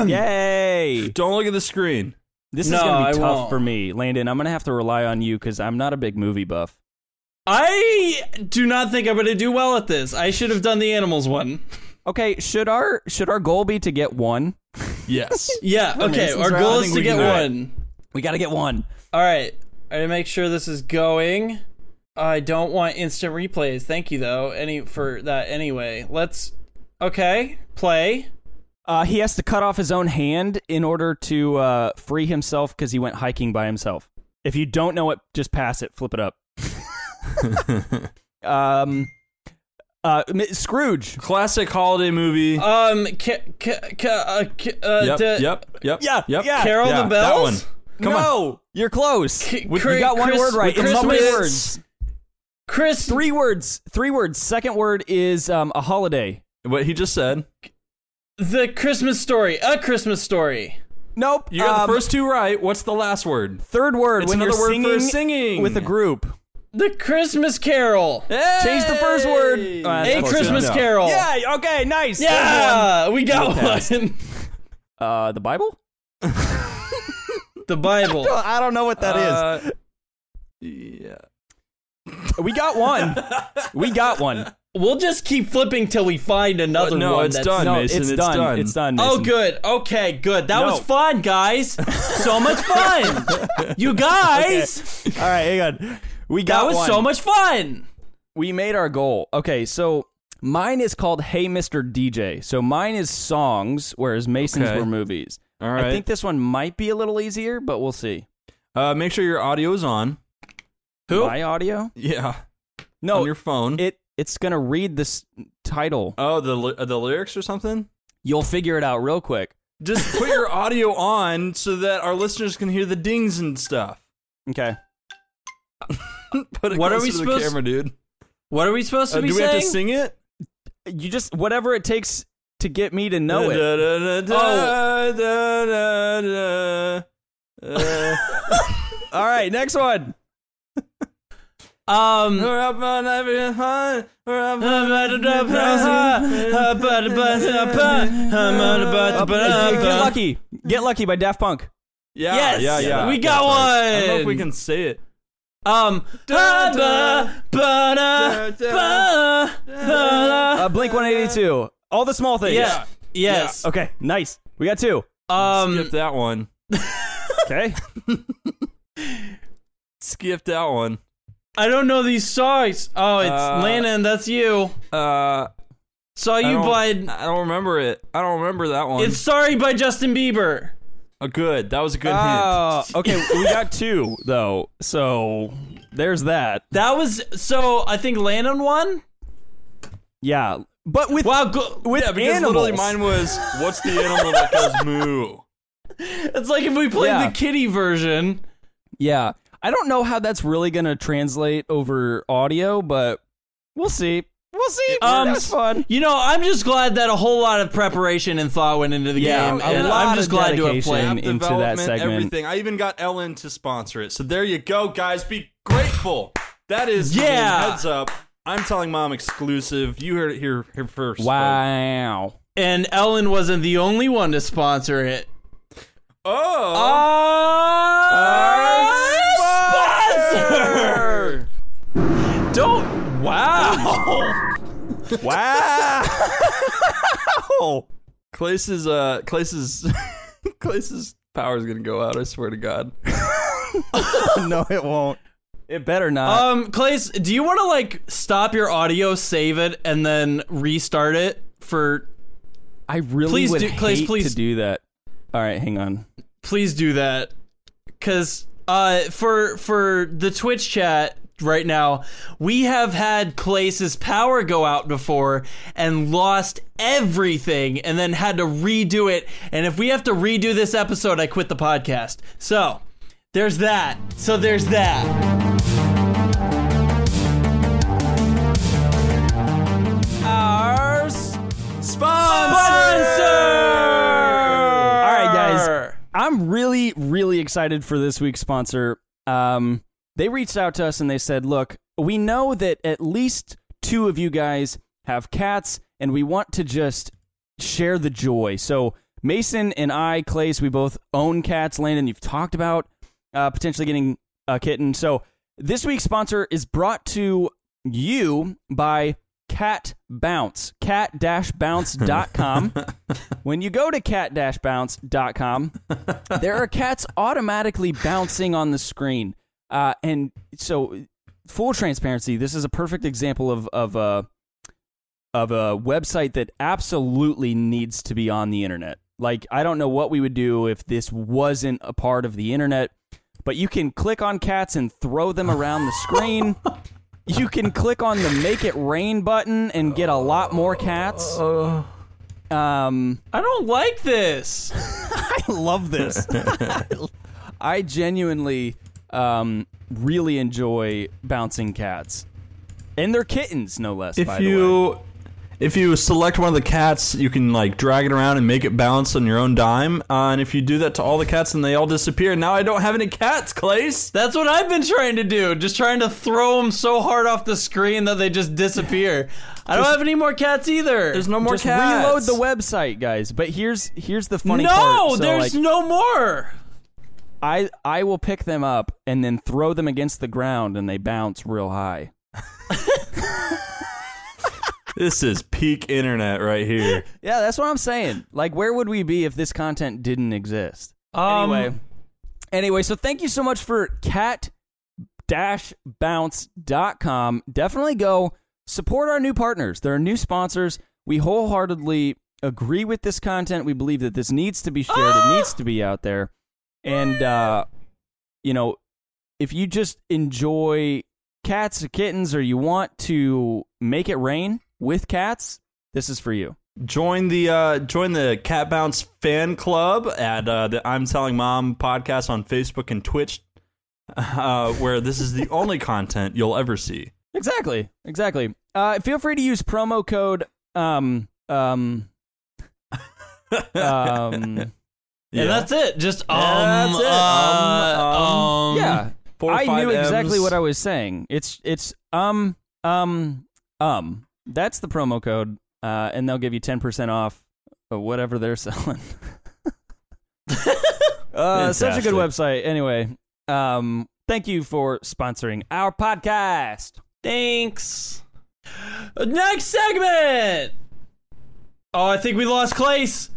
yay!
Don't look at the screen.
This
No,
is gonna be
I
tough
won't.
for me, Landon. I'm gonna have to rely on you because I'm not a big movie buff.
I do not think I'm going to do well at this. I should have done the animals one.
Okay, should our should our goal be to get one?
Yes.
Yeah, okay.
Mason's
Our
right. I
goal is
think
to
we can
get
do it.
one.
We gotta get one.
All right. I gotta make sure this is going. I don't want instant replays. Thank you though. Any for that anyway. Let's okay, play.
Uh, he has to cut off his own hand in order to uh, free himself because he went hiking by himself. If you don't know it, just pass it. Flip it up. um, uh, M- Scrooge.
Classic holiday movie.
Uh,
Um ca- ca- ca- uh, ca- uh,
yep,
da-
yep. Yep.
Yeah,
Yep.
yeah.
Carol
Yeah,
the
that
Bells?
one. Come
no, you're close.
C-
We-
Chri-
you got one
Chris-
word right. It's
Christmas-
not many words.
Chris
Three words. Three words. Second word is um, a holiday.
on. What he just said.
the Christmas story. A Christmas story.
Nope.
You got
um,
the first two right. What's the last word?
Third word.
It's
when
another
you're
word
singing,
for singing.
with a group.
The Christmas Carol.
Change the first word. Oh,
Uh,
that's
a
close
Christmas
enough.
Carol.
Yeah. Okay. Nice. There's
Yeah, we got one.
one. Uh, the Bible.
the Bible.
I don't know what that is.
Uh, yeah.
We got one. we got one.
We'll just keep flipping till we find another
no,
one.
it's
that's
done.
No,
Mason,
it's,
it's
done.
done.
It's done.
Oh,
Mason.
good. Okay, good. That was
No.
fun, guys. So much fun. you guys,
All right, hang on. We got
that was
one.
so much fun.
We made our goal. Okay, so mine is called "Hey, Mr. DJ." So mine is songs, whereas Mason's
Okay.
were movies.
All
I
right.
think this one might be a little easier, but we'll see.
uh, make sure your audio is on.
Who?
My audio?
Yeah.
No,
on your phone.
Oh, it it's gonna read this title.
oh, the ly- uh, the lyrics or something.
You'll figure it out real quick.
Just put your audio on so that our listeners can hear the dings and stuff.
Okay.
Put it
What are
closer
we
to
supposed-
the camera, dude?
What are we supposed to
Uh,
be
do we
saying?
have to sing it?
You just whatever it takes to get me to know it.
Da, da, da, da,
Oh.
da, da, da.
All right, next one.
Um.
We're up on every hunt. We're up on
Hey, get
Yes,
lucky. Get lucky by Daft Punk.
Yeah, yeah, yeah.
we got one.
I don't know if we can say it.
Um.
Da,
ba,
da,
ba, ba,
da,
da,
da,
ba, ba, da.
Uh, Blink 182. All the small things.
Yeah. Yes.
Okay, nice. We got two.
Um.
Skip that one.
Okay.
Skip that one.
I don't know these songs. Oh, it's
Uh,
Landon. That's you.
Uh,
Saw
I
you
don't-
by.
I don't remember it. I don't remember that one.
It's sorry by Justin Bieber.
a good. That was a good
Oh.
Uh, okay, we got two though. So there's that.
That was so. I think Landon won.
Yeah, but with
Wow, go,
with
hint. Yeah, because
animals.
literally mine was what's the animal that goes moo?
it's like if we played
Yeah.
the kitty version.
yeah, I don't know how that's really gonna translate over audio, but we'll see. We'll see.
Um,
that's fun.
You know, I'm just glad that a whole lot of preparation and thought went into the
Yeah,
game.
a
and
lot
I'm just
of
glad to have
dedication.
played.
App
into that
development,
segment.
everything. I even got Ellen to sponsor it. So there you go, guys. Be grateful. That is
Yeah.
Heads up. I'm telling mom exclusive. You heard it here, here first. folks.
Wow.
And Ellen wasn't the only one to sponsor it.
Uh,
Oh.
Uh, Sponsor! Don't. Wow.
Wow.
Clace's uh Clace's Clace's power is gonna go out. I swear to God.
no, it won't. It better not.
um, Clace, do you want to like stop your audio, save it, and then restart it for?
I really
please
would
do- Clays,
hate
please.
to do that. All right, hang on.
please do that because uh, for for the twitch chat right now. We have had Clace's power go out before and lost everything and then had to redo it. And if we have to redo this episode, I quit the podcast. So there's that. So there's that. Our
Sponsor!
All right, guys. I'm really, really excited for this week's sponsor. Um, they reached out to us and they said, "Look, we know that at least two of you guys have cats, and we want to just share the joy." So Mason and I, Clace, we both own cats. Landon, you've talked about uh, potentially getting a kitten. So this week's sponsor is brought to you by Cat Bounce, cat-bounce.com. when you go to cat-bounce.com, there are cats automatically bouncing on the screen. Uh, and so, full transparency, this is a perfect example of of a of a website that absolutely needs to be on the internet. Like, I don't know what we would do if this wasn't a part of the internet. But you can click on cats and throw them around the screen. you can click on the make it rain button and get a lot more cats. Um,
I don't like this.
I love this. I genuinely um, really enjoy bouncing cats. And they're kittens, no less, by
If
the way.
you if you select one of the cats, you can like drag it around and make it bounce on your own dime. Uh, and if you do that to all the cats, then they all disappear. Now I don't have any cats, Clace.
That's what I've been trying to do. Just trying to throw them so hard off the screen that they just disappear. I don't have any more cats either.
There's no more
Just
cats.
reload the website, guys. But here's here's the funny
no.
part. So,
there's
like,
no more.
I I will pick them up and then throw them against the ground and they bounce real high.
This is peak internet right here.
Yeah, that's what I'm saying. Like, where would we be if this content didn't exist?
Um,
anyway, anyway, so thank you so much for cat bounce.com. Definitely go support our new partners. There are new sponsors. We wholeheartedly agree with this content. We believe that this needs to be shared, it needs to be out there. And, uh, you know, if you just enjoy cats or kittens or you want to make it rain with cats, this is for you.
Join the uh, join the Cat Bounce fan club at uh, the I'm Telling Mom podcast on Facebook and Twitch, uh, where this is the only content you'll ever see.
Exactly. Exactly. Uh, feel free to use promo code um um um
and that's it. Just um,
That's it.
uh,
Um,
um.
yeah.
Four or
I
five
knew exactly
M's.
what I was saying. It's it's um um um. That's the promo code, uh, and they'll give you ten percent off of whatever they're selling. uh, such a good
Fantastic.
website. Anyway, um, thank you for sponsoring our podcast.
Thanks. Next segment. Oh, I think we lost Clace.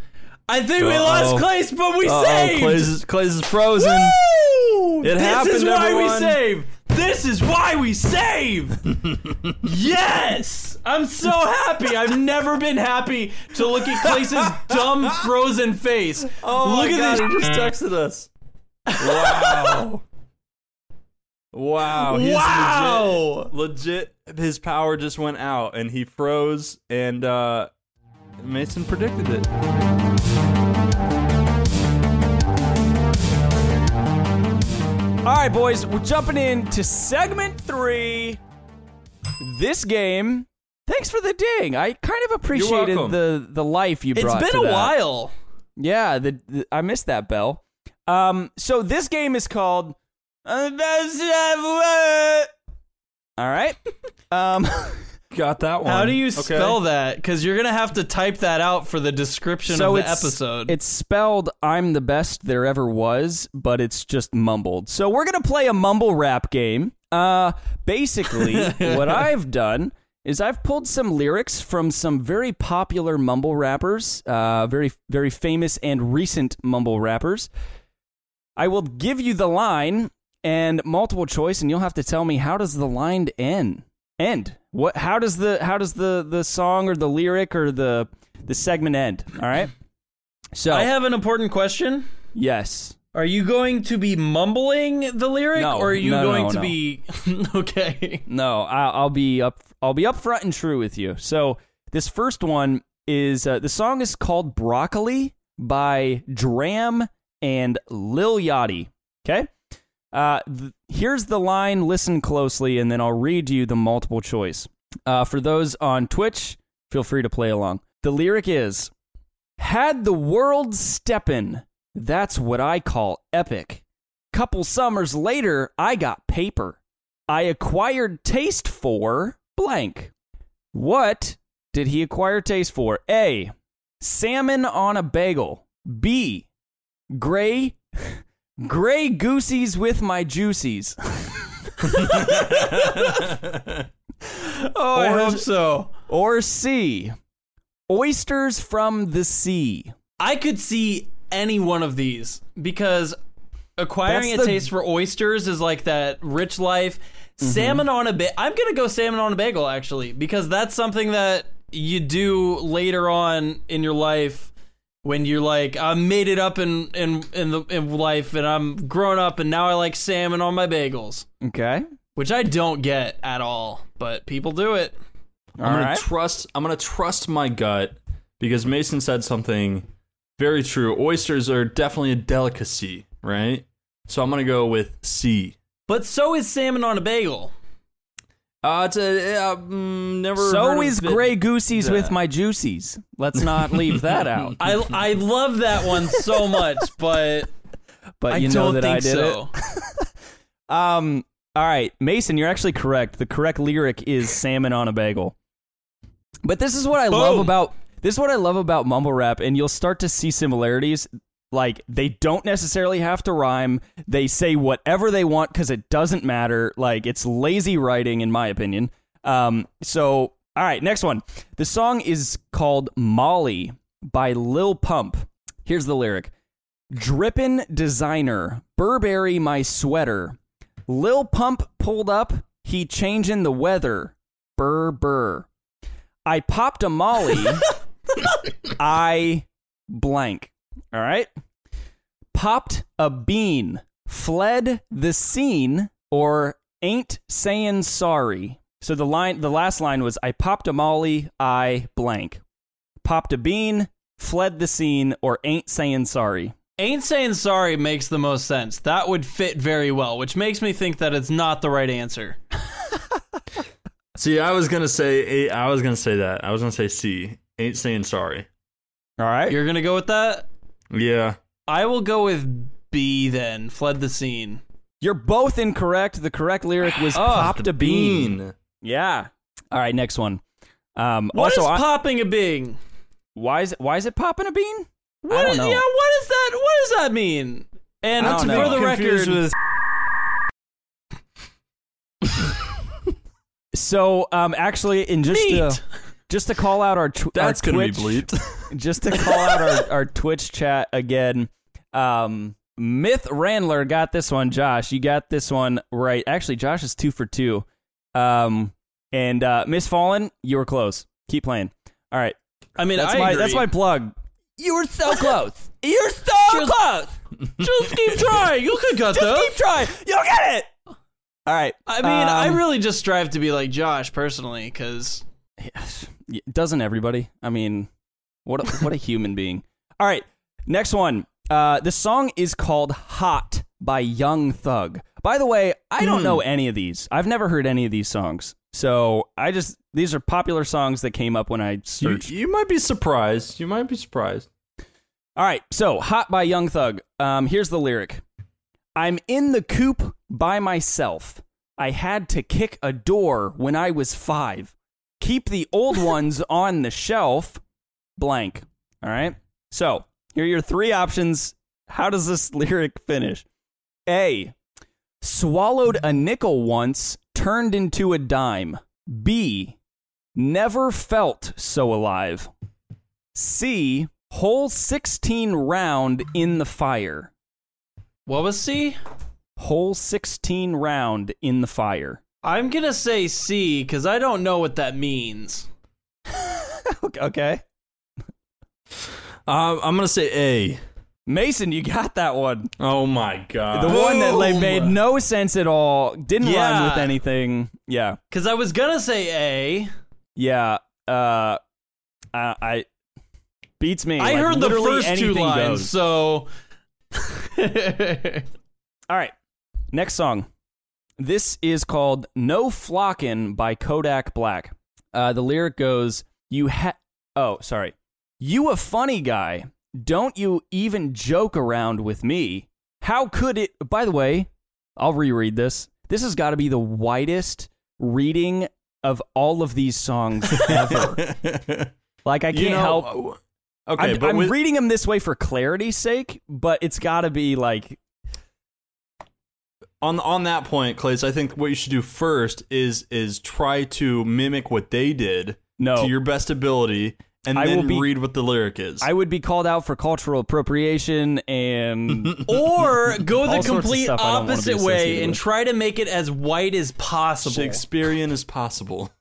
I think we lost
Uh-oh.
Clace, but we
Uh-oh,
saved.
Clay's, is- Clay's is frozen.
Woo!
It
this
happened,
is why we
everyone.
save. This is why we save. yes, I'm so happy. I've never been happy to look at Clace's dumb frozen face.
Oh
look
my
at
God,
this.
He just texted us. Wow. wow. He's
Wow.
Legit, legit, his power just went out and he froze, and uh, Mason predicted it.
All right, boys, we're jumping in to segment three. This game. Thanks for the ding. I kind of appreciated
welcome.
the the life you
It's
brought.
been
to
a
that.
while.
Yeah, the, the- I missed that bell. Um, so this game is called. uh, All right. Um,
Got that one.
How do you
Okay.
spell that? Because you're gonna have to type that out for the description
so
of the
it's
episode.
It's spelled "I'm the best there ever was," but it's just mumbled. So we're gonna play a mumble rap game. Uh, basically, what I've done is I've pulled some lyrics from some very popular mumble rappers, uh, very very famous and recent mumble rappers. I will give you the line and multiple choice, and you'll have to tell me how does the line end. End. What? How does the how does the the song or the lyric or the the segment end? All right. So
I have an important question.
yes,
Are you going to be mumbling the lyric,
No,
or are you
no, no,
going to
no.
be okay?
No, I- I'll be up. I'll be upfront and true with you. So this first one is uh, the song is called "Broccoli" by Dram and Lil Yachty. Okay. Uh, th- here's the line. Listen closely, and then I'll read you the multiple choice. Uh, for those on Twitch, feel free to play along. The lyric is Had the world steppin', that's what I call epic. Couple summers later, I got paper. I acquired taste for blank. What did he acquire taste for? A. Salmon on a bagel. B. Gray. Gray goosies with my juicies. oh,
I hope so.
or C, oysters from the sea.
I could see any one of these because acquiring
That's
a
the- Mm-hmm.
taste for oysters is like that rich life. Salmon on a ba- I'm gonna go salmon on a bagel actually because that's something that you do later on in your life when you're like I made it up in in in, the, in life and I'm grown up and now I like salmon on my bagels,
Okay.
which I don't get at all, but people do it.
All
I'm gonna
right.
trust. I'm gonna trust my gut because Mason said something very true. Oysters are definitely a delicacy, right? So I'm gonna go with C.
But so is salmon on a bagel.
Uh, it's a, uh, mm, never. heard
so
of
is
it.
gray goosies with my juicies. Let's not leave that out.
I I love that one so much, but
But you
I
know
don't
that
think
I did
so.
it. Um. All right, Mason, you're actually correct. The correct lyric is salmon on a bagel. But this is what I love
Boom.
about this is what I love about mumble rap, and you'll start to see similarities. Like they don't necessarily have to rhyme. They say whatever they want because it doesn't matter. Like it's lazy writing, in my opinion. Um, so all right, next one. The song is called Molly by Lil Pump. Here's the lyric. Drippin' designer, Burberry my sweater. Lil Pump pulled up, he changin' the weather. Burr burr. I popped a molly. I blank. All right. Popped a bean, fled the scene, or ain't saying sorry. So the line, the last line was, I popped a molly, I blank. Popped a bean, fled the scene, or ain't saying sorry.
Ain't saying sorry makes the most sense. That would fit very well, which makes me think that it's not the right answer.
See, I was gonna say. A, I was gonna say that. I was gonna say C. Ain't saying sorry.
All right.
You're gonna go with that?
Yeah.
I will go with B then. Fled the scene.
You're both incorrect. Ah, The correct lyric was popped a bean. Yeah. All right, next one. Um,
What is
also, I-
popping a bing?
why is it, why is it popping a bean?
What
I don't
is-
know.
Yeah, what is that? What does that mean? And
I don't
for
know.
the record,
Confused with-
So, um, actually, in just
meat.
to, just to call out our tw-
That's
our
gonna be
Twitch-
bleeped.
just to call out our, our Twitch chat again. Um, Myth Randler got this one, Josh. You got this one right. Actually, Josh is two for two. Um, and uh, Miss Fallen, you were close. Keep playing. All right,
I mean,
that's
I
my
agree.
that's my plug. You were so close. You're so
Just-
close.
Just keep trying. You could cut
Just
those.
keep trying. You'll get it. All right.
I mean, I
Um,
really just strive to be like Josh personally, because
Y- doesn't everybody? I mean, what a, what a human being. All right, next one. Uh, the song is called "Hot" by Young Thug. By the way, I don't know any of these. I've never heard any of these songs. So I just these are popular songs that came up when I
you,
searched.
you might be surprised. You might be surprised.
All right, so "Hot" by Young Thug. Um, here's the lyric: I'm in the coop by myself. I had to kick a door when I was five. Keep the old ones on the shelf. Blank. All right. So here are your three options. How does this lyric finish? A. Swallowed a nickel once, turned into a dime. B. Never felt so alive. C. Whole 16 round in the fire
what was C?
whole 16 round in the fire.
I'm gonna say C because I don't know what that means.
okay.
Um, I'm gonna Uh, say A.
Mason, you got that one.
Oh my god.
The one that like,
Boom.
made no sense at all, didn't rhyme with
Yeah.
anything. Yeah.
Because I was gonna say A.
Yeah. Uh, I, I beats me.
I
Like,
heard the
literally
first two
anything
lines,
goes.
so
All right. Next song. This is called No Flockin' by Kodak Black. Uh, the lyric goes, You ha. Oh, sorry. You a funny guy. Don't you even joke around with me. How could it. By the way, I'll reread this. This has got to be the widest reading of all of these songs ever. like, I can't
you know,
help.
Okay,
I'm,
but
I'm
with-
reading them this way for clarity's sake, but it's got to be like,
on on that point, Clays, I think what you should do first is is try to mimic what they did
no.
to your best ability, and
I
then
will be-
read what the lyric is.
I would be called out for cultural appropriation and
or go
All
the
sorts of
complete
stuff I don't wanna be
opposite
associated
way and
with.
try to make it as white as possible.
Shakespearean as possible.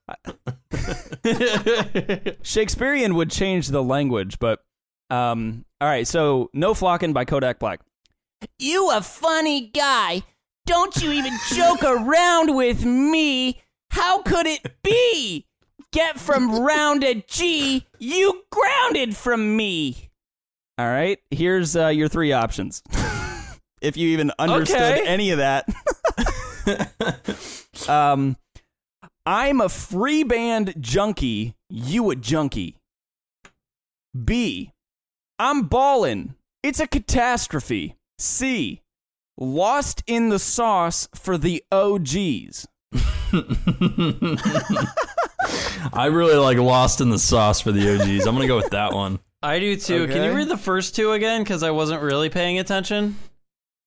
Shakespearean would change the language, but um all right, so No Flockin' by Kodak Black.
You a funny guy. Don't you even joke around with me. How could it be? Get from round a G, you grounded from me.
All right, here's uh, your three options. if you even understood
Okay.
any of that. um I'm a free band junkie, you a junkie. B I'm ballin'. It's a catastrophe. C Lost in the sauce for the OGs.
I really like Lost in the Sauce for the OGs. I'm gonna go with that one.
I do too. Can
Okay.
you read the first two again? Because I wasn't really paying attention.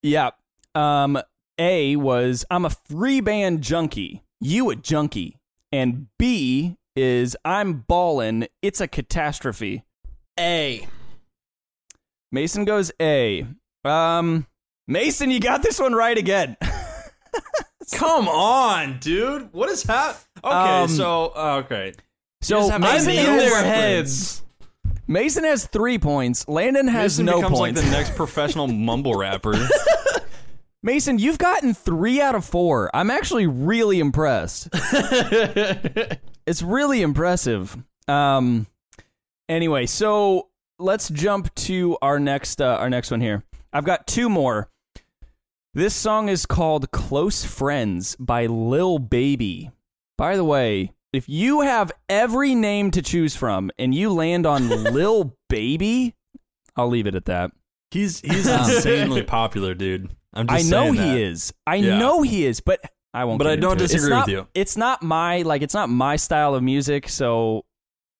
Yeah. Um, A was I'm a free band junkie. You a junkie. And B is I'm ballin'. It's a catastrophe.
A.
Mason goes A. Um, Mason, you got this one right again.
Come on, dude. What is hap? Okay,
Um,
so uh, okay.
so
just have to
I'm
Mason
in
has
their
reference.
heads.
Mason has three points. Landon has
Mason
no
becomes
points.
like the next professional mumble rapper.
Mason, you've gotten three out of four. I'm actually really impressed. it's really impressive. Um, anyway, so let's jump to our next uh, our next one here. I've got two more. This song is called "Close Friends" by Lil Baby. By the way, if you have every name to choose from and you land on Lil Baby, I'll leave it at that.
He's he's insanely popular, dude. I'm
I
just
know
saying
he
that.
is. I
Yeah.
know he is, but I won't.
But
get
I don't
into it. It's
disagree with
not-
you.
It's not my like. It's not my style of music, so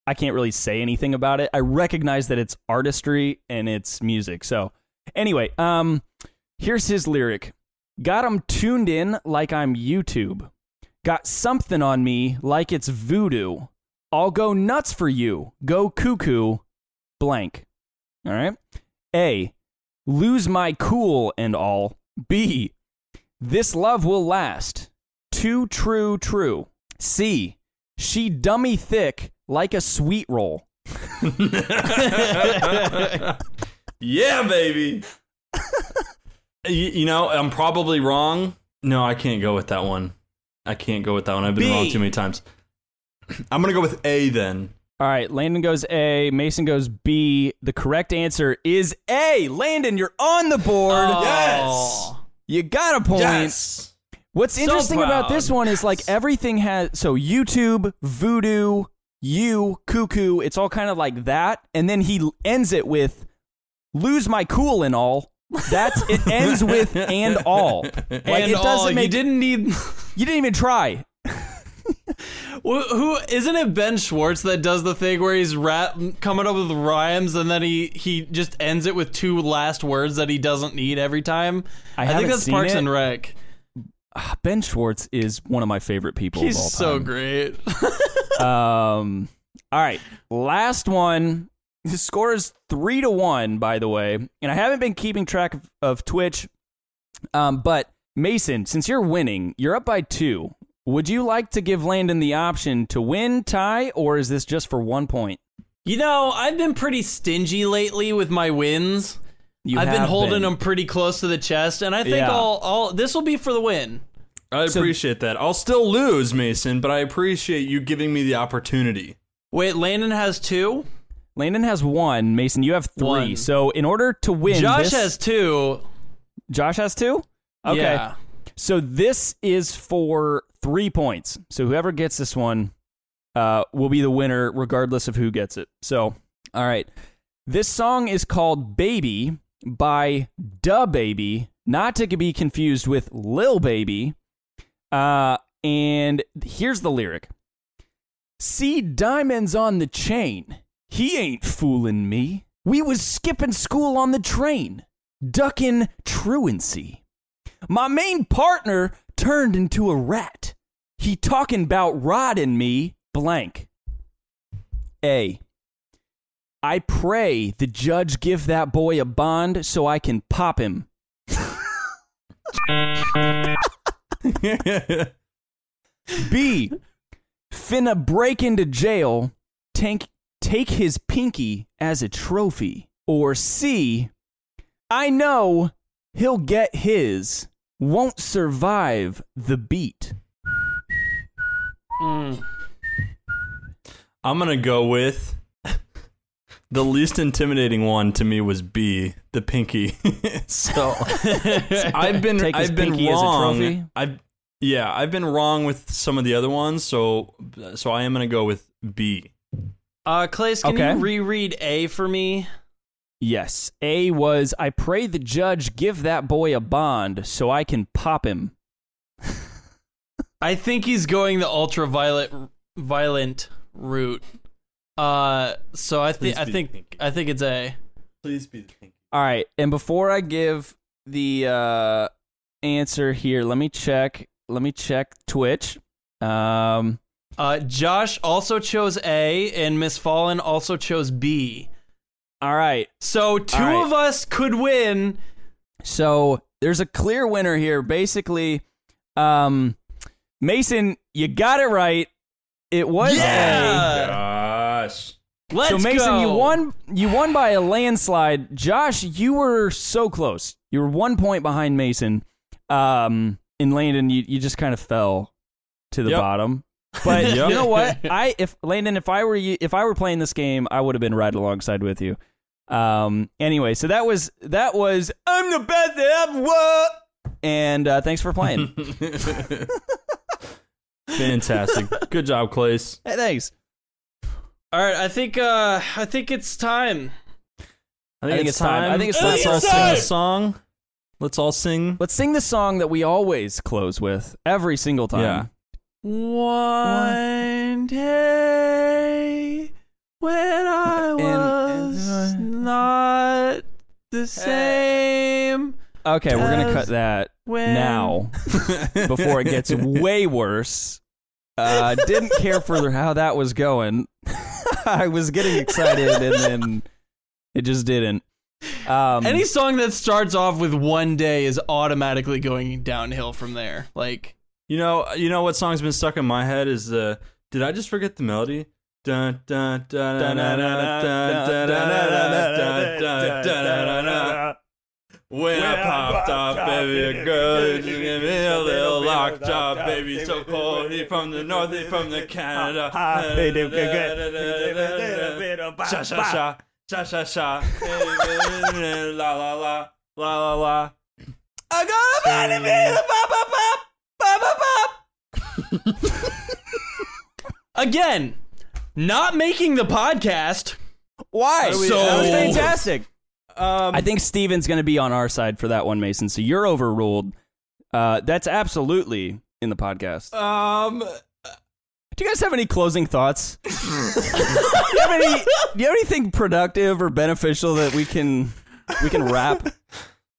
I can't really say anything about it. I recognize that it's artistry and it's music. So anyway, um, here's his lyric: "Got 'em tuned in like I'm YouTube. Got something on me like it's voodoo. I'll go nuts for you. Go cuckoo, blank." All right. A. Lose my cool and all. B. This love will last. Too true, true. C. She dummy thick like a sweet roll.
Yeah, baby. you, you know, I'm probably wrong. No, I can't go with that one. I can't go with that one. I've been
B.
wrong too many times. I'm gonna go with A then.
All right, Landon goes A. Mason goes B. The correct answer is A. Landon, you're on the board.
Oh.
You got a point. What's interesting about
proud.
this one is like everything has so YouTube, voodoo, you, cuckoo, it's all kind of like that. And then he l- ends it with lose my cool and all. That's it ends with and all. Like
and
it
all,
doesn't make
you didn't need.
you didn't even try.
Wh- Who isn't it? Ben Schwartz that does the thing where he's rap coming up with rhymes and then he he just ends it with two last words that he doesn't need every time.
I haven't
think that's
seen
Parks
it.
and Rec.
Ah, Ben Schwartz is one of my favorite people
He's
of all
so
time.
great.
Um, all right, last one. The score is three to one, by the way, and I haven't been keeping track of, of Twitch. Um, but Mason, since you're winning, you're up by two. Would you like to give Landon the option to win, tie, or is this just for one point?
you know, I've been pretty stingy lately with my wins.
You
I've been
have
holding
been.
them pretty close to the chest, and I think
Yeah.
I'll, I'll this will be for the win.
I appreciate that. I'll still lose, Mason, but I appreciate you giving me the opportunity.
Wait, Landon has two.
Landon has one. Mason, you have three.
One.
So in order to win,
Josh
this-
has two.
Josh has two. Okay.
Yeah.
So this is for three points. So whoever gets this one uh, will be the winner, regardless of who gets it. So, all right. This song is called Baby by Da Baby, not to be confused with Lil Baby. Uh, and here's the lyric See diamonds on the chain. He ain't fooling me. We was skipping school on the train, ducking truancy. My main partner turned into a rat. He talking about rotting me blank. A. I pray the judge give that boy a bond so I can pop him. B. Finna break into jail, tank, take his pinky as a trophy. Or C. I know he'll get his, won't survive the beat.
I'm gonna go with the least intimidating one to me was B, the pinky. so I've been
Take his
I've been
pinky as a
wrong.
trophy?
I've yeah, I've been wrong with some of the other ones. So so I am gonna go with B.
Uh, Clays, can
Okay.
you reread A for me?
Yes. A was, I pray the judge give that boy a bond so I can pop him.
I think he's going the ultraviolet violent route. Uh, so I
Please
think I
be
think
pink.
I think it's A.
Please be the pinky.
All right. And before I give the uh, answer here, let me check. Let me check Twitch. Um,
Uh, Josh also chose A, and Miss Fallen also chose B.
all right.
So two
All right.
of us could win.
So there's a clear winner here. Basically, um, Mason, you got it right. It was A.
Yeah.
Gosh.
Let's
so Mason,
go.
you won. You won by a landslide. Josh, you were so close. You were one point behind Mason. Um, in Landon, you, you just kind of fell to the
Yep.
bottom. But
Yep.
you know what? I if Landon, if I were you, if I were playing this game, I would have been right alongside with you. Um. Anyway, so that was that was. I'm the best that ever. was." And uh, thanks for playing.
Fantastic. Good job, Clace.
hey, thanks.
All right, I think uh, I think it's time.
I think it's time. I think it's
Let's
time.
all
It's
sing
time.
a song. Let's all sing.
Let's sing the song that we always close with every single time.
Yeah.
One day when I
And- and-
was not the same.
Okay, we're gonna cut
Because
that
when-
now before it gets way worse. Uh, didn't care for how that was going. I was getting excited and then it just didn't. Um,
Any song that starts off with one day is automatically going downhill from there. Like,
You know, you know what song's been stuck in my head is uh did I just forget the melody? Dun, dun, dun, dun, dun, dun, dun, dun, dun, dun, dun, dun, dun. When I popped off, baby, a girl, you give me a little lock job, baby, so cold. He from the north, he from the Canada. Sha sha sha, sha sha sha, la la la, la la la.
I got a body, baby, pop, pop, pop, pop, pop, pop.
again, not making the podcast.
Why?
So-
that was fantastic.
Um,
I think Steven's going to be on our side for that one, Mason. So you're overruled. Uh, that's absolutely in the podcast.
Um,
Do you guys have any closing thoughts? do, you have any, do you have anything productive or beneficial that we can we can wrap?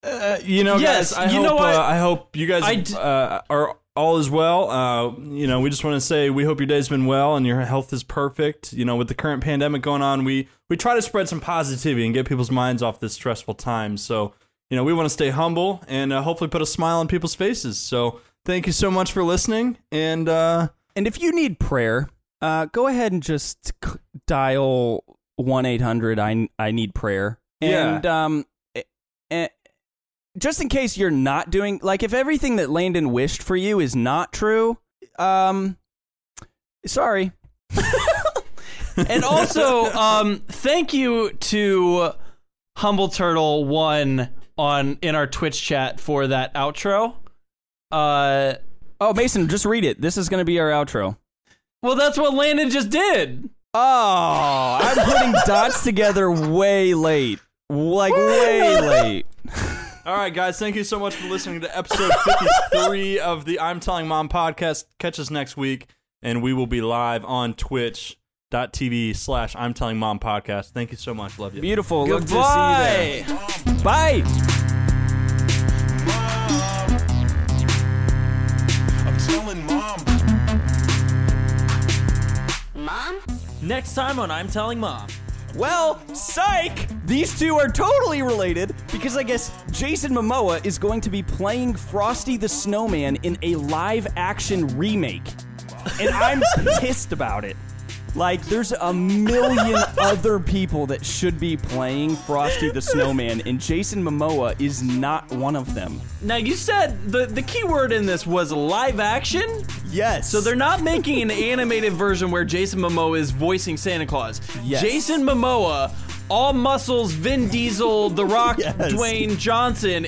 uh, you know,
Yes,
guys, I
you
hope,
know what?
Uh, I hope you guys
I d-
uh, are all as well. Uh, you know, we just want to say we hope your day's been well and your health is perfect. You know, with the current pandemic going on, we we try to spread some positivity and get people's minds off this stressful time. So, you know, we want to stay humble and uh, hopefully put a smile on people's faces. So, thank you so much for listening. And uh,
And if you need prayer, uh, go ahead and just c- dial one eight hundred. I I need prayer.
Yeah.
And um, eh, just in case you're not doing like if everything that Landon wished for you is not true, um, sorry.
And also, um, thank you to Humble Turtle One on in our Twitch chat for that outro. Uh,
Oh, Mason, just read it. This is going to be our outro.
well, that's what Landon just did.
Oh, I'm putting dots together way late, like way late.
All right, guys, thank you so much for listening to episode 53 of the I'm Telling Mom podcast. Catch us next week, and we will be live on twitch.tv slash I'm Telling Mom podcast. Thank you so much. Love you.
Beautiful. Love to see you there.
Goodbye.
Bye.
Mom, I'm telling mom.
Next time on I'm Telling Mom.
Well, psych! These two are totally related because I guess Jason Momoa is going to be playing Frosty the Snowman in a live action remake. And I'm pissed about it. Like, there's a million other people that should be playing Frosty the Snowman, and Jason Momoa is not one of them.
Now you said the the key word in this was live action.
Yes.
So they're not making an animated version where Jason Momoa is voicing Santa Claus.
Yes.
Jason Momoa, all muscles, Vin Diesel, The Rock,
Yes.
Dwayne Johnson